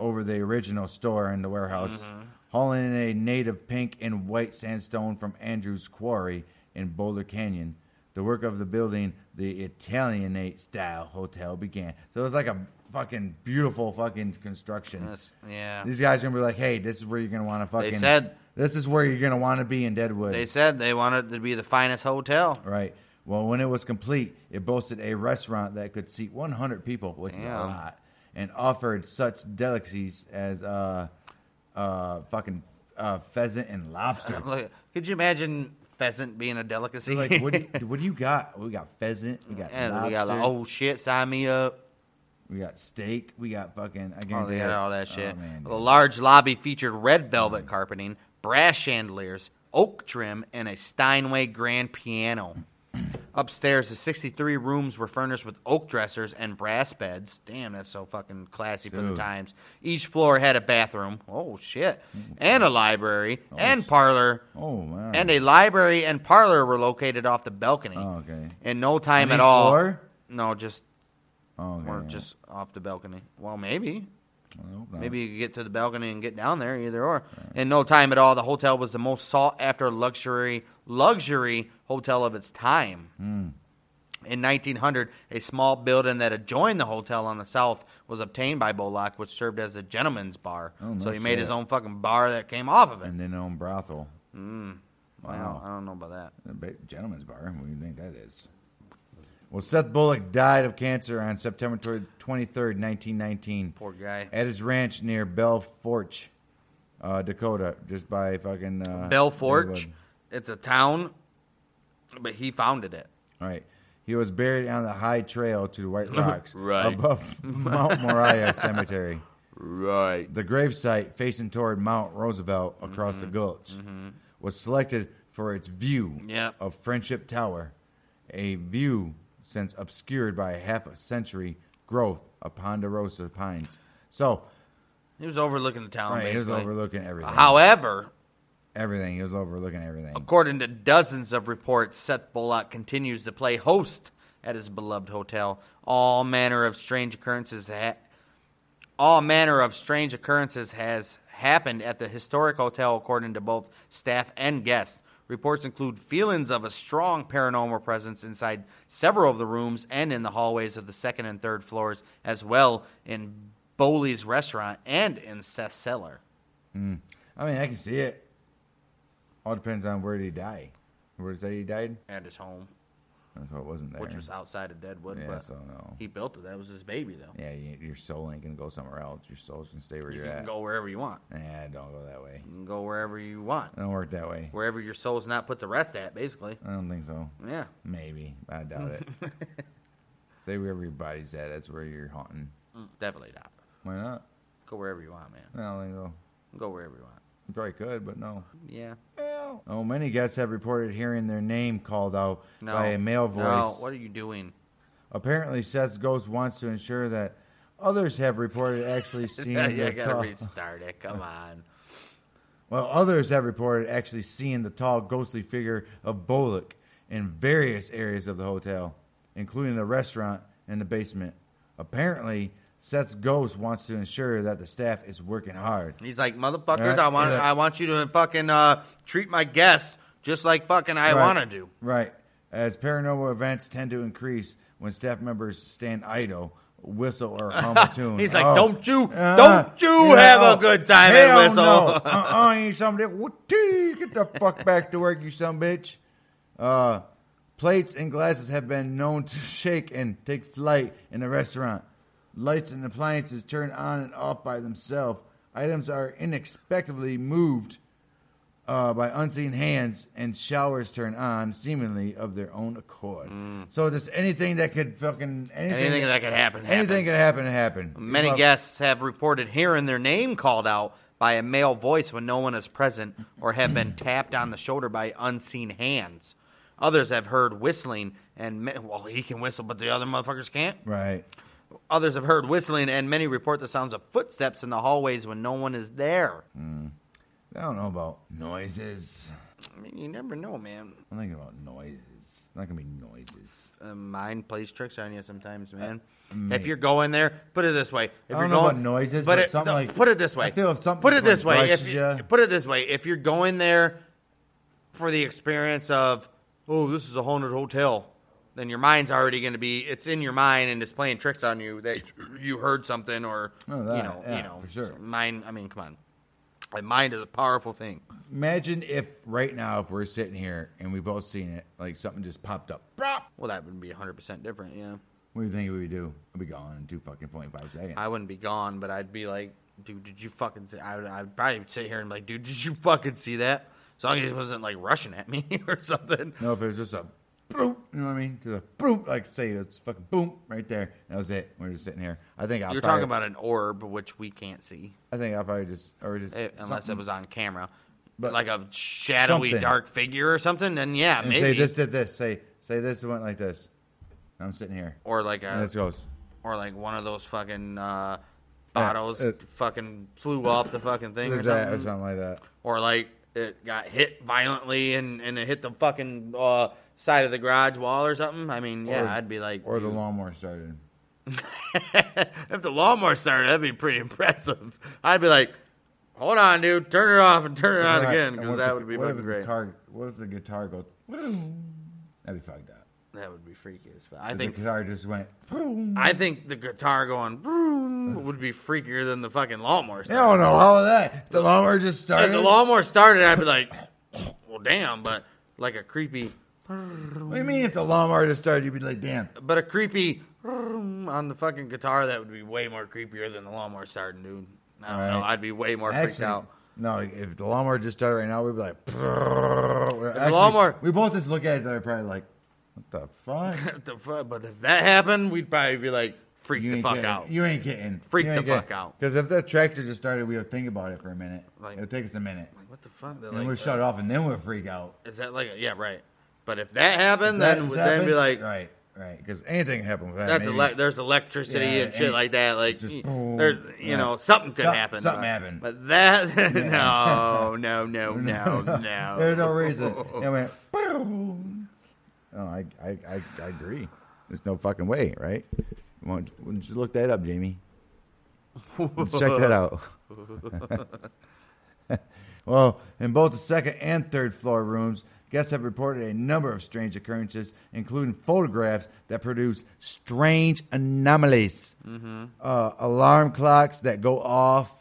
over the original store and the warehouse, Mm-hmm. hauling in a native pink and white sandstone from Andrews Quarry in Boulder Canyon. The work of the building, the Italianate style hotel, began. So it was like a fucking beautiful fucking construction. That's, yeah. These guys are gonna be like, "Hey, this is where you're gonna want to fucking." said- this is where you're gonna want to be in Deadwood. They said they wanted it to be the finest hotel. Right. Well, when it was complete, it boasted a restaurant that could seat 100 people, which is a Damn. lot, and offered such delicacies as uh, uh, fucking uh, pheasant and lobster. Look, could you imagine pheasant being a delicacy? like, what do, you, what do you got? We got pheasant. We got and lobster. we got like, oh shit, sign me up. We got steak. We got fucking. I Oh, guarantee they had that- all that shit. Oh, man, Mm. the dude. large lobby featured red velvet carpeting, brass chandeliers, oak trim, and a Steinway grand piano. Upstairs, the 63 rooms were furnished with oak dressers and brass beds. Damn, that's so fucking classy for the Dude. times. Each floor had a bathroom. Oh, shit. Mm. And a library and parlor. Oh, man. And a library and parlor were located off the balcony. Oh, okay. In no time On at each all. floor? No, just Oh, okay, or yeah. just off the balcony. Well, maybe. I hope not. Maybe you could get to the balcony and get down there, either or. In no time at all, the hotel was the most sought after luxury luxury hotel of its time. Hmm. In 1900, a small building that adjoined the hotel on the south was obtained by Bolak, which served as a gentleman's bar. Oh, no so he made his shit. own fucking bar that came off of it. And then own brothel. Mm, wow, I don't know about that. A ba- gentleman's bar. What do you think that is? Well, Seth Bullock died of cancer on September twenty third, nineteen nineteen, Poor guy. at his ranch near Belle Forge, uh, Dakota, just by fucking uh, Bell Forge, Deadwood. it's a town, but he founded it. All right. He was buried on the high trail to the White Rocks Right. above Mount Moriah Cemetery. Right. The gravesite facing toward Mount Roosevelt across Mm-hmm. the gulch was selected for its view Yep. of Friendship Tower, a view since obscured by a half a century growth of ponderosa pines. So, He was overlooking the town, right, he was basically. overlooking everything. However, everything. He was overlooking everything. According to dozens of reports, Seth Bullock continues to play host at his beloved hotel. All manner of strange occurrences ha- all manner of strange occurrences has happened at the historic hotel according to both staff and guests. Reports include feelings of a strong paranormal presence inside several of the rooms and in the hallways of the second and third floors, as well in Bowley's restaurant and in Seth's cellar. I mean, I can see it. All depends on where did he die. Where did he say he died? At his home. So it wasn't there. which was outside of Deadwood. Yeah, but so no. he built it. That was his baby, though. yeah, you, your soul ain't gonna go somewhere else. Your soul's gonna stay where you you're can at. go wherever you want. Nah, don't go that way. You can go wherever you want, It don't work that way. wherever your soul's not put the rest at, basically. I don't think so. Yeah. Maybe. but I doubt it. Say wherever your body's at, that's where you're haunting. Definitely not. Why not? Go wherever you want, man. I don't think so. Go wherever you want. You probably could, but no. Yeah. Well, Oh, many guests have reported hearing their name called out No. by a male voice. No. What are you doing? Apparently, Seth's ghost wants to ensure that others have reported actually seeing Yeah, the I gotta tall. restart it. Come on. Well, others have reported actually seeing the tall, ghostly figure of Bollock in various areas of the hotel, including the restaurant and the basement. Apparently, Seth's ghost wants to ensure that the staff is working hard. He's like, motherfuckers, All right, I want all right. I want you to fucking uh, treat my guests just like fucking I Right. want to do. Right. As paranormal events tend to increase when staff members stand idle, whistle, or hum a tune. He's like, Oh. "Don't you- Uh-uh. don't you Yeah, have a oh, good time and hell whistle." No. Uh-uh, ain't somebody. What do? Get the fuck back to work, you son of a bitch. Uh, plates and glasses have been known to shake and take flight in the restaurant. Lights and appliances turn on and off by themselves. Items are inexplicably moved uh, by unseen hands, and showers turn on, seemingly of their own accord. So just anything that could fucking anything, Mm. Anything that could happen. happens. anything could happen, happen. Many Fuck. guests have reported hearing their name called out by a male voice when no one is present or have been tapped on the shoulder by unseen hands. Others have heard whistling and ma- well, he can whistle, but the other motherfuckers can't. Right. Others have heard whistling, and many report the sounds of footsteps in the hallways when no one is there. I don't know about noises. I mean, you never know, man. I'm thinking about noises. It's not gonna be noises. Uh, mind plays tricks on you sometimes, man. mate. if you're going there, put it this way. If Uh, don't you're know going, about noises, but it, something no, like- put it this way. I feel if something put it this like way. If brushes you, ya. put it this way. If you're going there for the experience of oh, this is a haunted hotel, then your mind's already going to be it's in your mind and it's playing tricks on you that you heard something or Oh, that, you know yeah, you know for sure. mind. I mean, come on, The mind is a powerful thing. Imagine if right now, if we're sitting here and we both seen it, like something just popped up. Brop! Well, that would be 100 percent different. Yeah, What do you think we would do? I'd be gone in two fucking point five seconds. I wouldn't be gone, but I'd be like, dude, did you fucking? See? I would, I'd probably sit here and be like, dude, did you fucking see that? As long as it wasn't like rushing at me or something. No, if it was just a boop, you know what I mean? Just a boop, like say it's fucking boom right there. That was it. We're just sitting here. I think I'll You're probably, talking about an orb, which we can't see I think I'll probably just or just eh, unless it something. was on camera. But But like a shadowy something. dark figure or something, then yeah, and maybe. say this did this. Say say this went like this. I'm sitting here. or like And a, this goes. or like one of those fucking uh, bottles uh, fucking flew off the fucking thing or Like that, something. or something like that. or like it got hit violently and, and it hit the fucking uh, side of the garage wall or something. I mean, yeah, Or- I'd be like, Or the lawnmower started. if the lawnmower started, that'd be pretty impressive. I'd be like, hold on, dude, turn it off and turn it on Right. again And because what that if would the- be what fucking if the great. guitar what if the guitar goes That'd be fucked up. That would be freaky as fuck. I If think the guitar just went boom. I think the guitar going vroom would be freakier than the fucking lawnmower. I Started. don't know how that. The lawnmower just started. If the lawnmower started, I'd be like, well, damn, but like a creepy, what do you mean if the lawnmower just started, you'd be like, damn. but a creepy vroom on the fucking guitar that would be way more creepier than the lawnmower starting, dude. I don't know. Right. I'd be way more freaked Actually, out. No, if the lawnmower just started right now, we'd be like, "Brrr." Actually, lawnmower- We both just look at each other, probably like, what the fuck? What the fuck? But if that happened, we'd probably be like freaked the ain't fuck kidding. out. You ain't kidding. Freak you the ain't fuck out. Because if that tractor just started, we would think about it for a minute. Like- It'll take us a minute. Like, what the fuck? They're and like, uh, we'll shut off, and then we'll freak out. Is that like a, yeah, right? But if that happened, then That's would then be happened? like right, right. Because anything can happen with that. that's maybe. ele- there's electricity Yeah, and shit and like that. Like just y- boom. there's you Yeah. know something could Some- happen. something but- happened. But that no no no no no. There's no reason. It went. Boom. Oh, I, I, I, I agree. There's no fucking way, right? Why don't why don't you look that up, Jamie? Let's check that out. well, in both the second and third floor rooms, guests have reported a number of strange occurrences, including photographs that produce strange anomalies, uh, alarm clocks that go off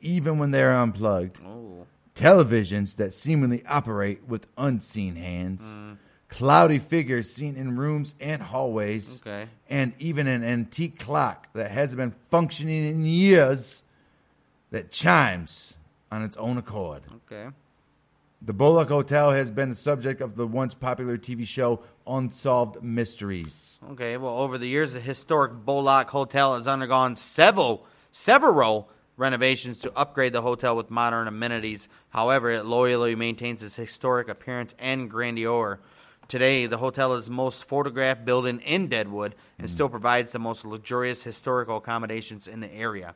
even when they're unplugged Oh, televisions that seemingly operate with unseen hands, Mm-hmm. cloudy figures seen in rooms and hallways, Okay. and even an antique clock that hasn't been functioning in years that chimes on its own accord. okay. The Bullock Hotel has been the subject of the once popular TV show Unsolved Mysteries. Okay, well, over the years, the historic Bollock Hotel has undergone several several renovations to upgrade the hotel with modern amenities. However, it loyally maintains its historic appearance and grandeur. Today, the hotel is the most photographed building in Deadwood and still provides the most luxurious historical accommodations in the area.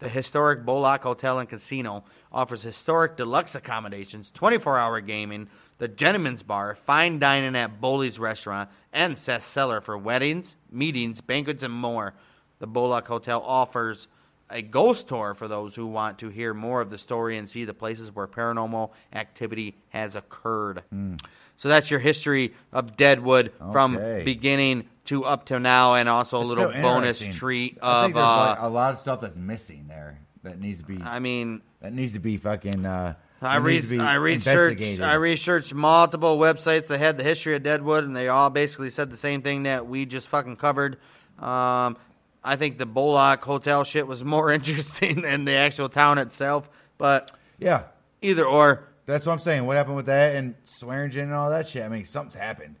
The historic Bolak Hotel and Casino offers historic deluxe accommodations, 24 hour gaming, the Gentleman's Bar, fine dining at Bowley's Restaurant, and Seth's Cellar for weddings, meetings, banquets, and more. The Bolak Hotel offers a ghost tour for those who want to hear more of the story and see the places where paranormal activity has occurred. Hmm. So that's your history of Deadwood Okay. from beginning to up to now, and also a It's little so bonus interesting. treat I of. think there's Uh, like a lot of stuff that's missing there that needs to be I mean, that needs to be fucking. Uh, I, that needs to re- be I researched investigated. I researched multiple websites that had the history of Deadwood, and they all basically said the same thing that we just fucking covered. Um, I think the Bollock Hotel shit was more interesting than the actual town itself, but yeah, either or, that's what I'm saying. What happened with that and Swearingen and all that shit? I mean, something's happened.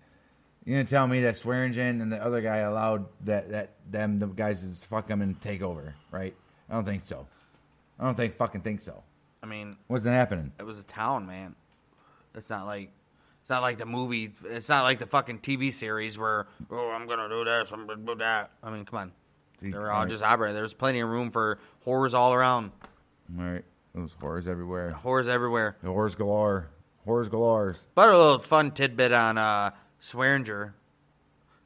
You gonna tell me that Swearingen and the other guy allowed that that them the guys to just fuck them and take over? Right? I don't think so. I don't think fucking think so. I mean, Wasn't happening. it was a town, man. It's not like it's not like the movie. It's not like the fucking TV series where oh, I'm gonna do this, I'm gonna do that. I mean, come on, they were all just operating. There was plenty of room for horrors all around, All right, those horrors everywhere. horrors everywhere. The horrors galore. Horrors galore. But a little fun tidbit on uh, Swearinger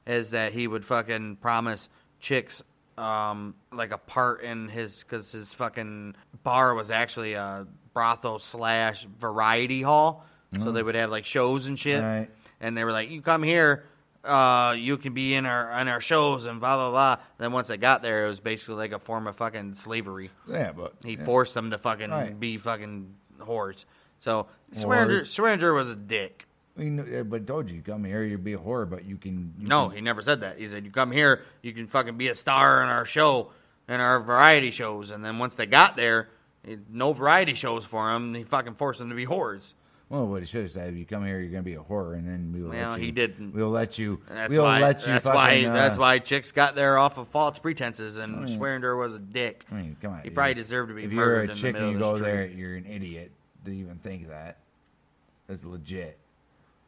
is that he would fucking promise chicks um, like a part in his because his fucking bar was actually a brothel slash variety hall, so they would have like shows and shit, Mm. Right. and they were like, "You come here." Uh, you can be in our on our shows and blah blah blah. Then once they got there, it was basically like a form of fucking slavery. Yeah, but He yeah. forced them to fucking Right. be fucking whores. So Swearinger, Swearinger was a dick. You know, yeah, but told you come here, you'd be a whore, but you can. You No, can- he never said that. He said, "You come here, you can fucking be a star in our show, in our variety shows." And then once they got there, he- no variety shows for him. He fucking forced them to be whores. well, what he should have said, you come here, you're gonna be a whore, and then we will. Well, let you, he didn't. We'll let you. And that's we'll why. let you. that's fucking, why. uh, that's why chicks got there off of false pretenses, and mean- Swearinger was a dick. I mean, come on. he dude. probably deserved to be If you're murdered a in chick the middle and you of go the street. there, you're an idiot to even think that. That's legit.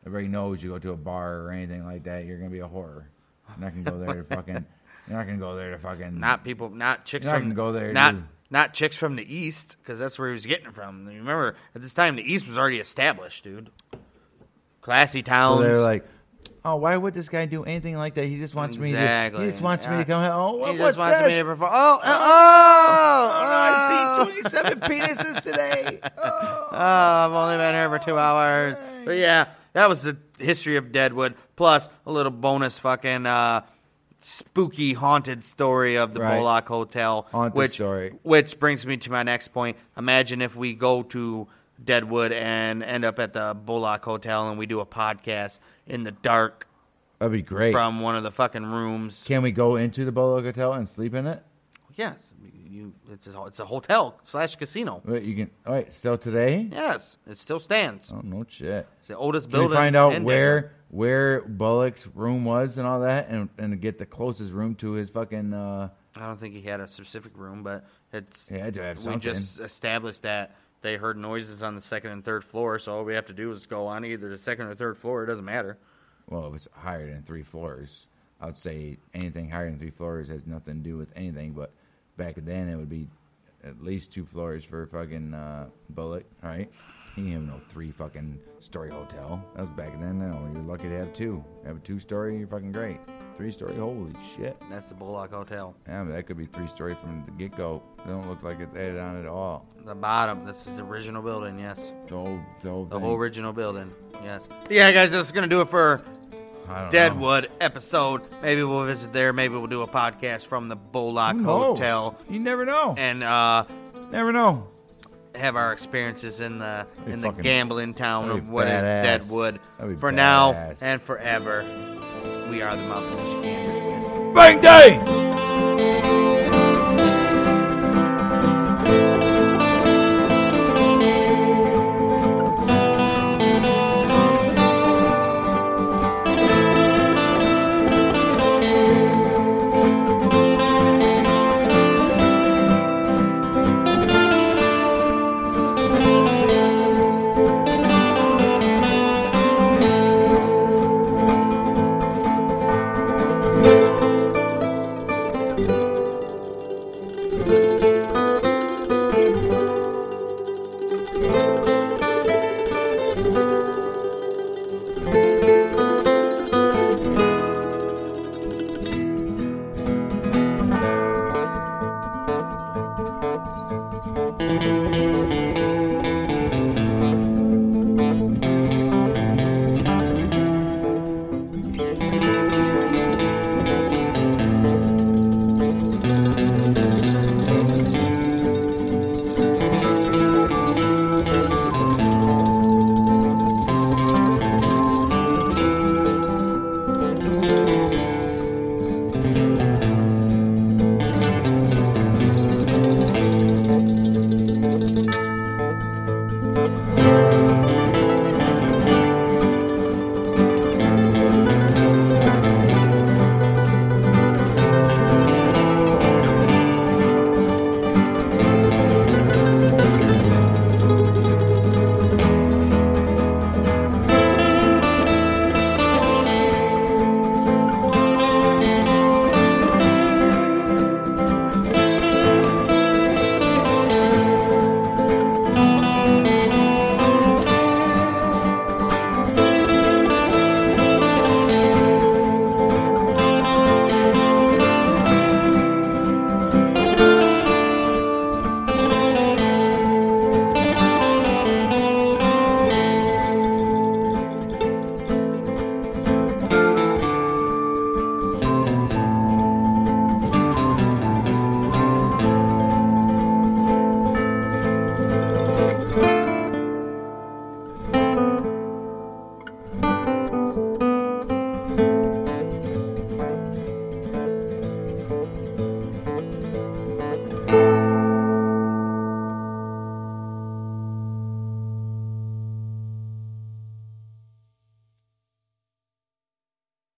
Everybody knows you go to a bar or anything like that, you're gonna be a whore. You're not gonna go there to fucking. You're not gonna go there to fucking. Not people. Not chicks You're not from gonna go there, Not dude. not chicks from the east, because that's where he was getting it from. You remember at this time the east was already established, dude. Classy towns. So they're like, oh, why would this guy do anything like that? He just wants me. To, Exactly. he just wants me Yeah. to come. home. Oh, He what, just what's wants that? me to perform. Oh, oh, oh, Oh, no, I see 27 penises today. Oh. Oh, I've only been here for two hours. But yeah, that was the history of Deadwood, plus a little bonus fucking uh, spooky haunted story of the Right. Bollock Hotel. Haunted which, story. Which brings me to my next point. Imagine if we go to Deadwood and end up at the Bollock Hotel and we do a podcast in the dark That'd be great. from one of the fucking rooms. Can we go into the Bolo Hotel and sleep in it? Yes, you, it's, a, it's a hotel slash casino. Wait, you can. All right, still today? Yes, it still stands. Oh no, shit. It's the oldest Can building. we find out in where Denver. where Bullock's room was and all that, and and get the closest room to his fucking. Uh, I don't think he had a specific room, but it's. He had to have We just established that they heard noises on the second and third floor, so all we have to do is go on either the second or third floor. It doesn't matter. well, if it's higher than three floors, I'd say anything higher than three floors has nothing to do with anything. But back then, it would be at least two floors for fucking uh, Bullock, right? He didn't have no three fucking story hotel. That was back then. Now you're lucky to have two. Have a two story, you're fucking great. Three story, holy shit. That's the Bullock Hotel. Yeah, but that could be three story from the get go. They don't look like it's added on at all. The bottom. This is the original building. Yes, The whole, the whole, the thing. whole original building. Yes. Yeah, guys, that's gonna do it for I don't know. Deadwood episode. Maybe we'll visit there. Maybe we'll do a podcast from the Bullock Who knows? Hotel You never know. and uh, Never know. have our experiences in the be in the fucking- gambling town that'd of be what is badass. Deadwood. That'd be For now badass. and forever, we are the Mouthful Gambers. Bang day!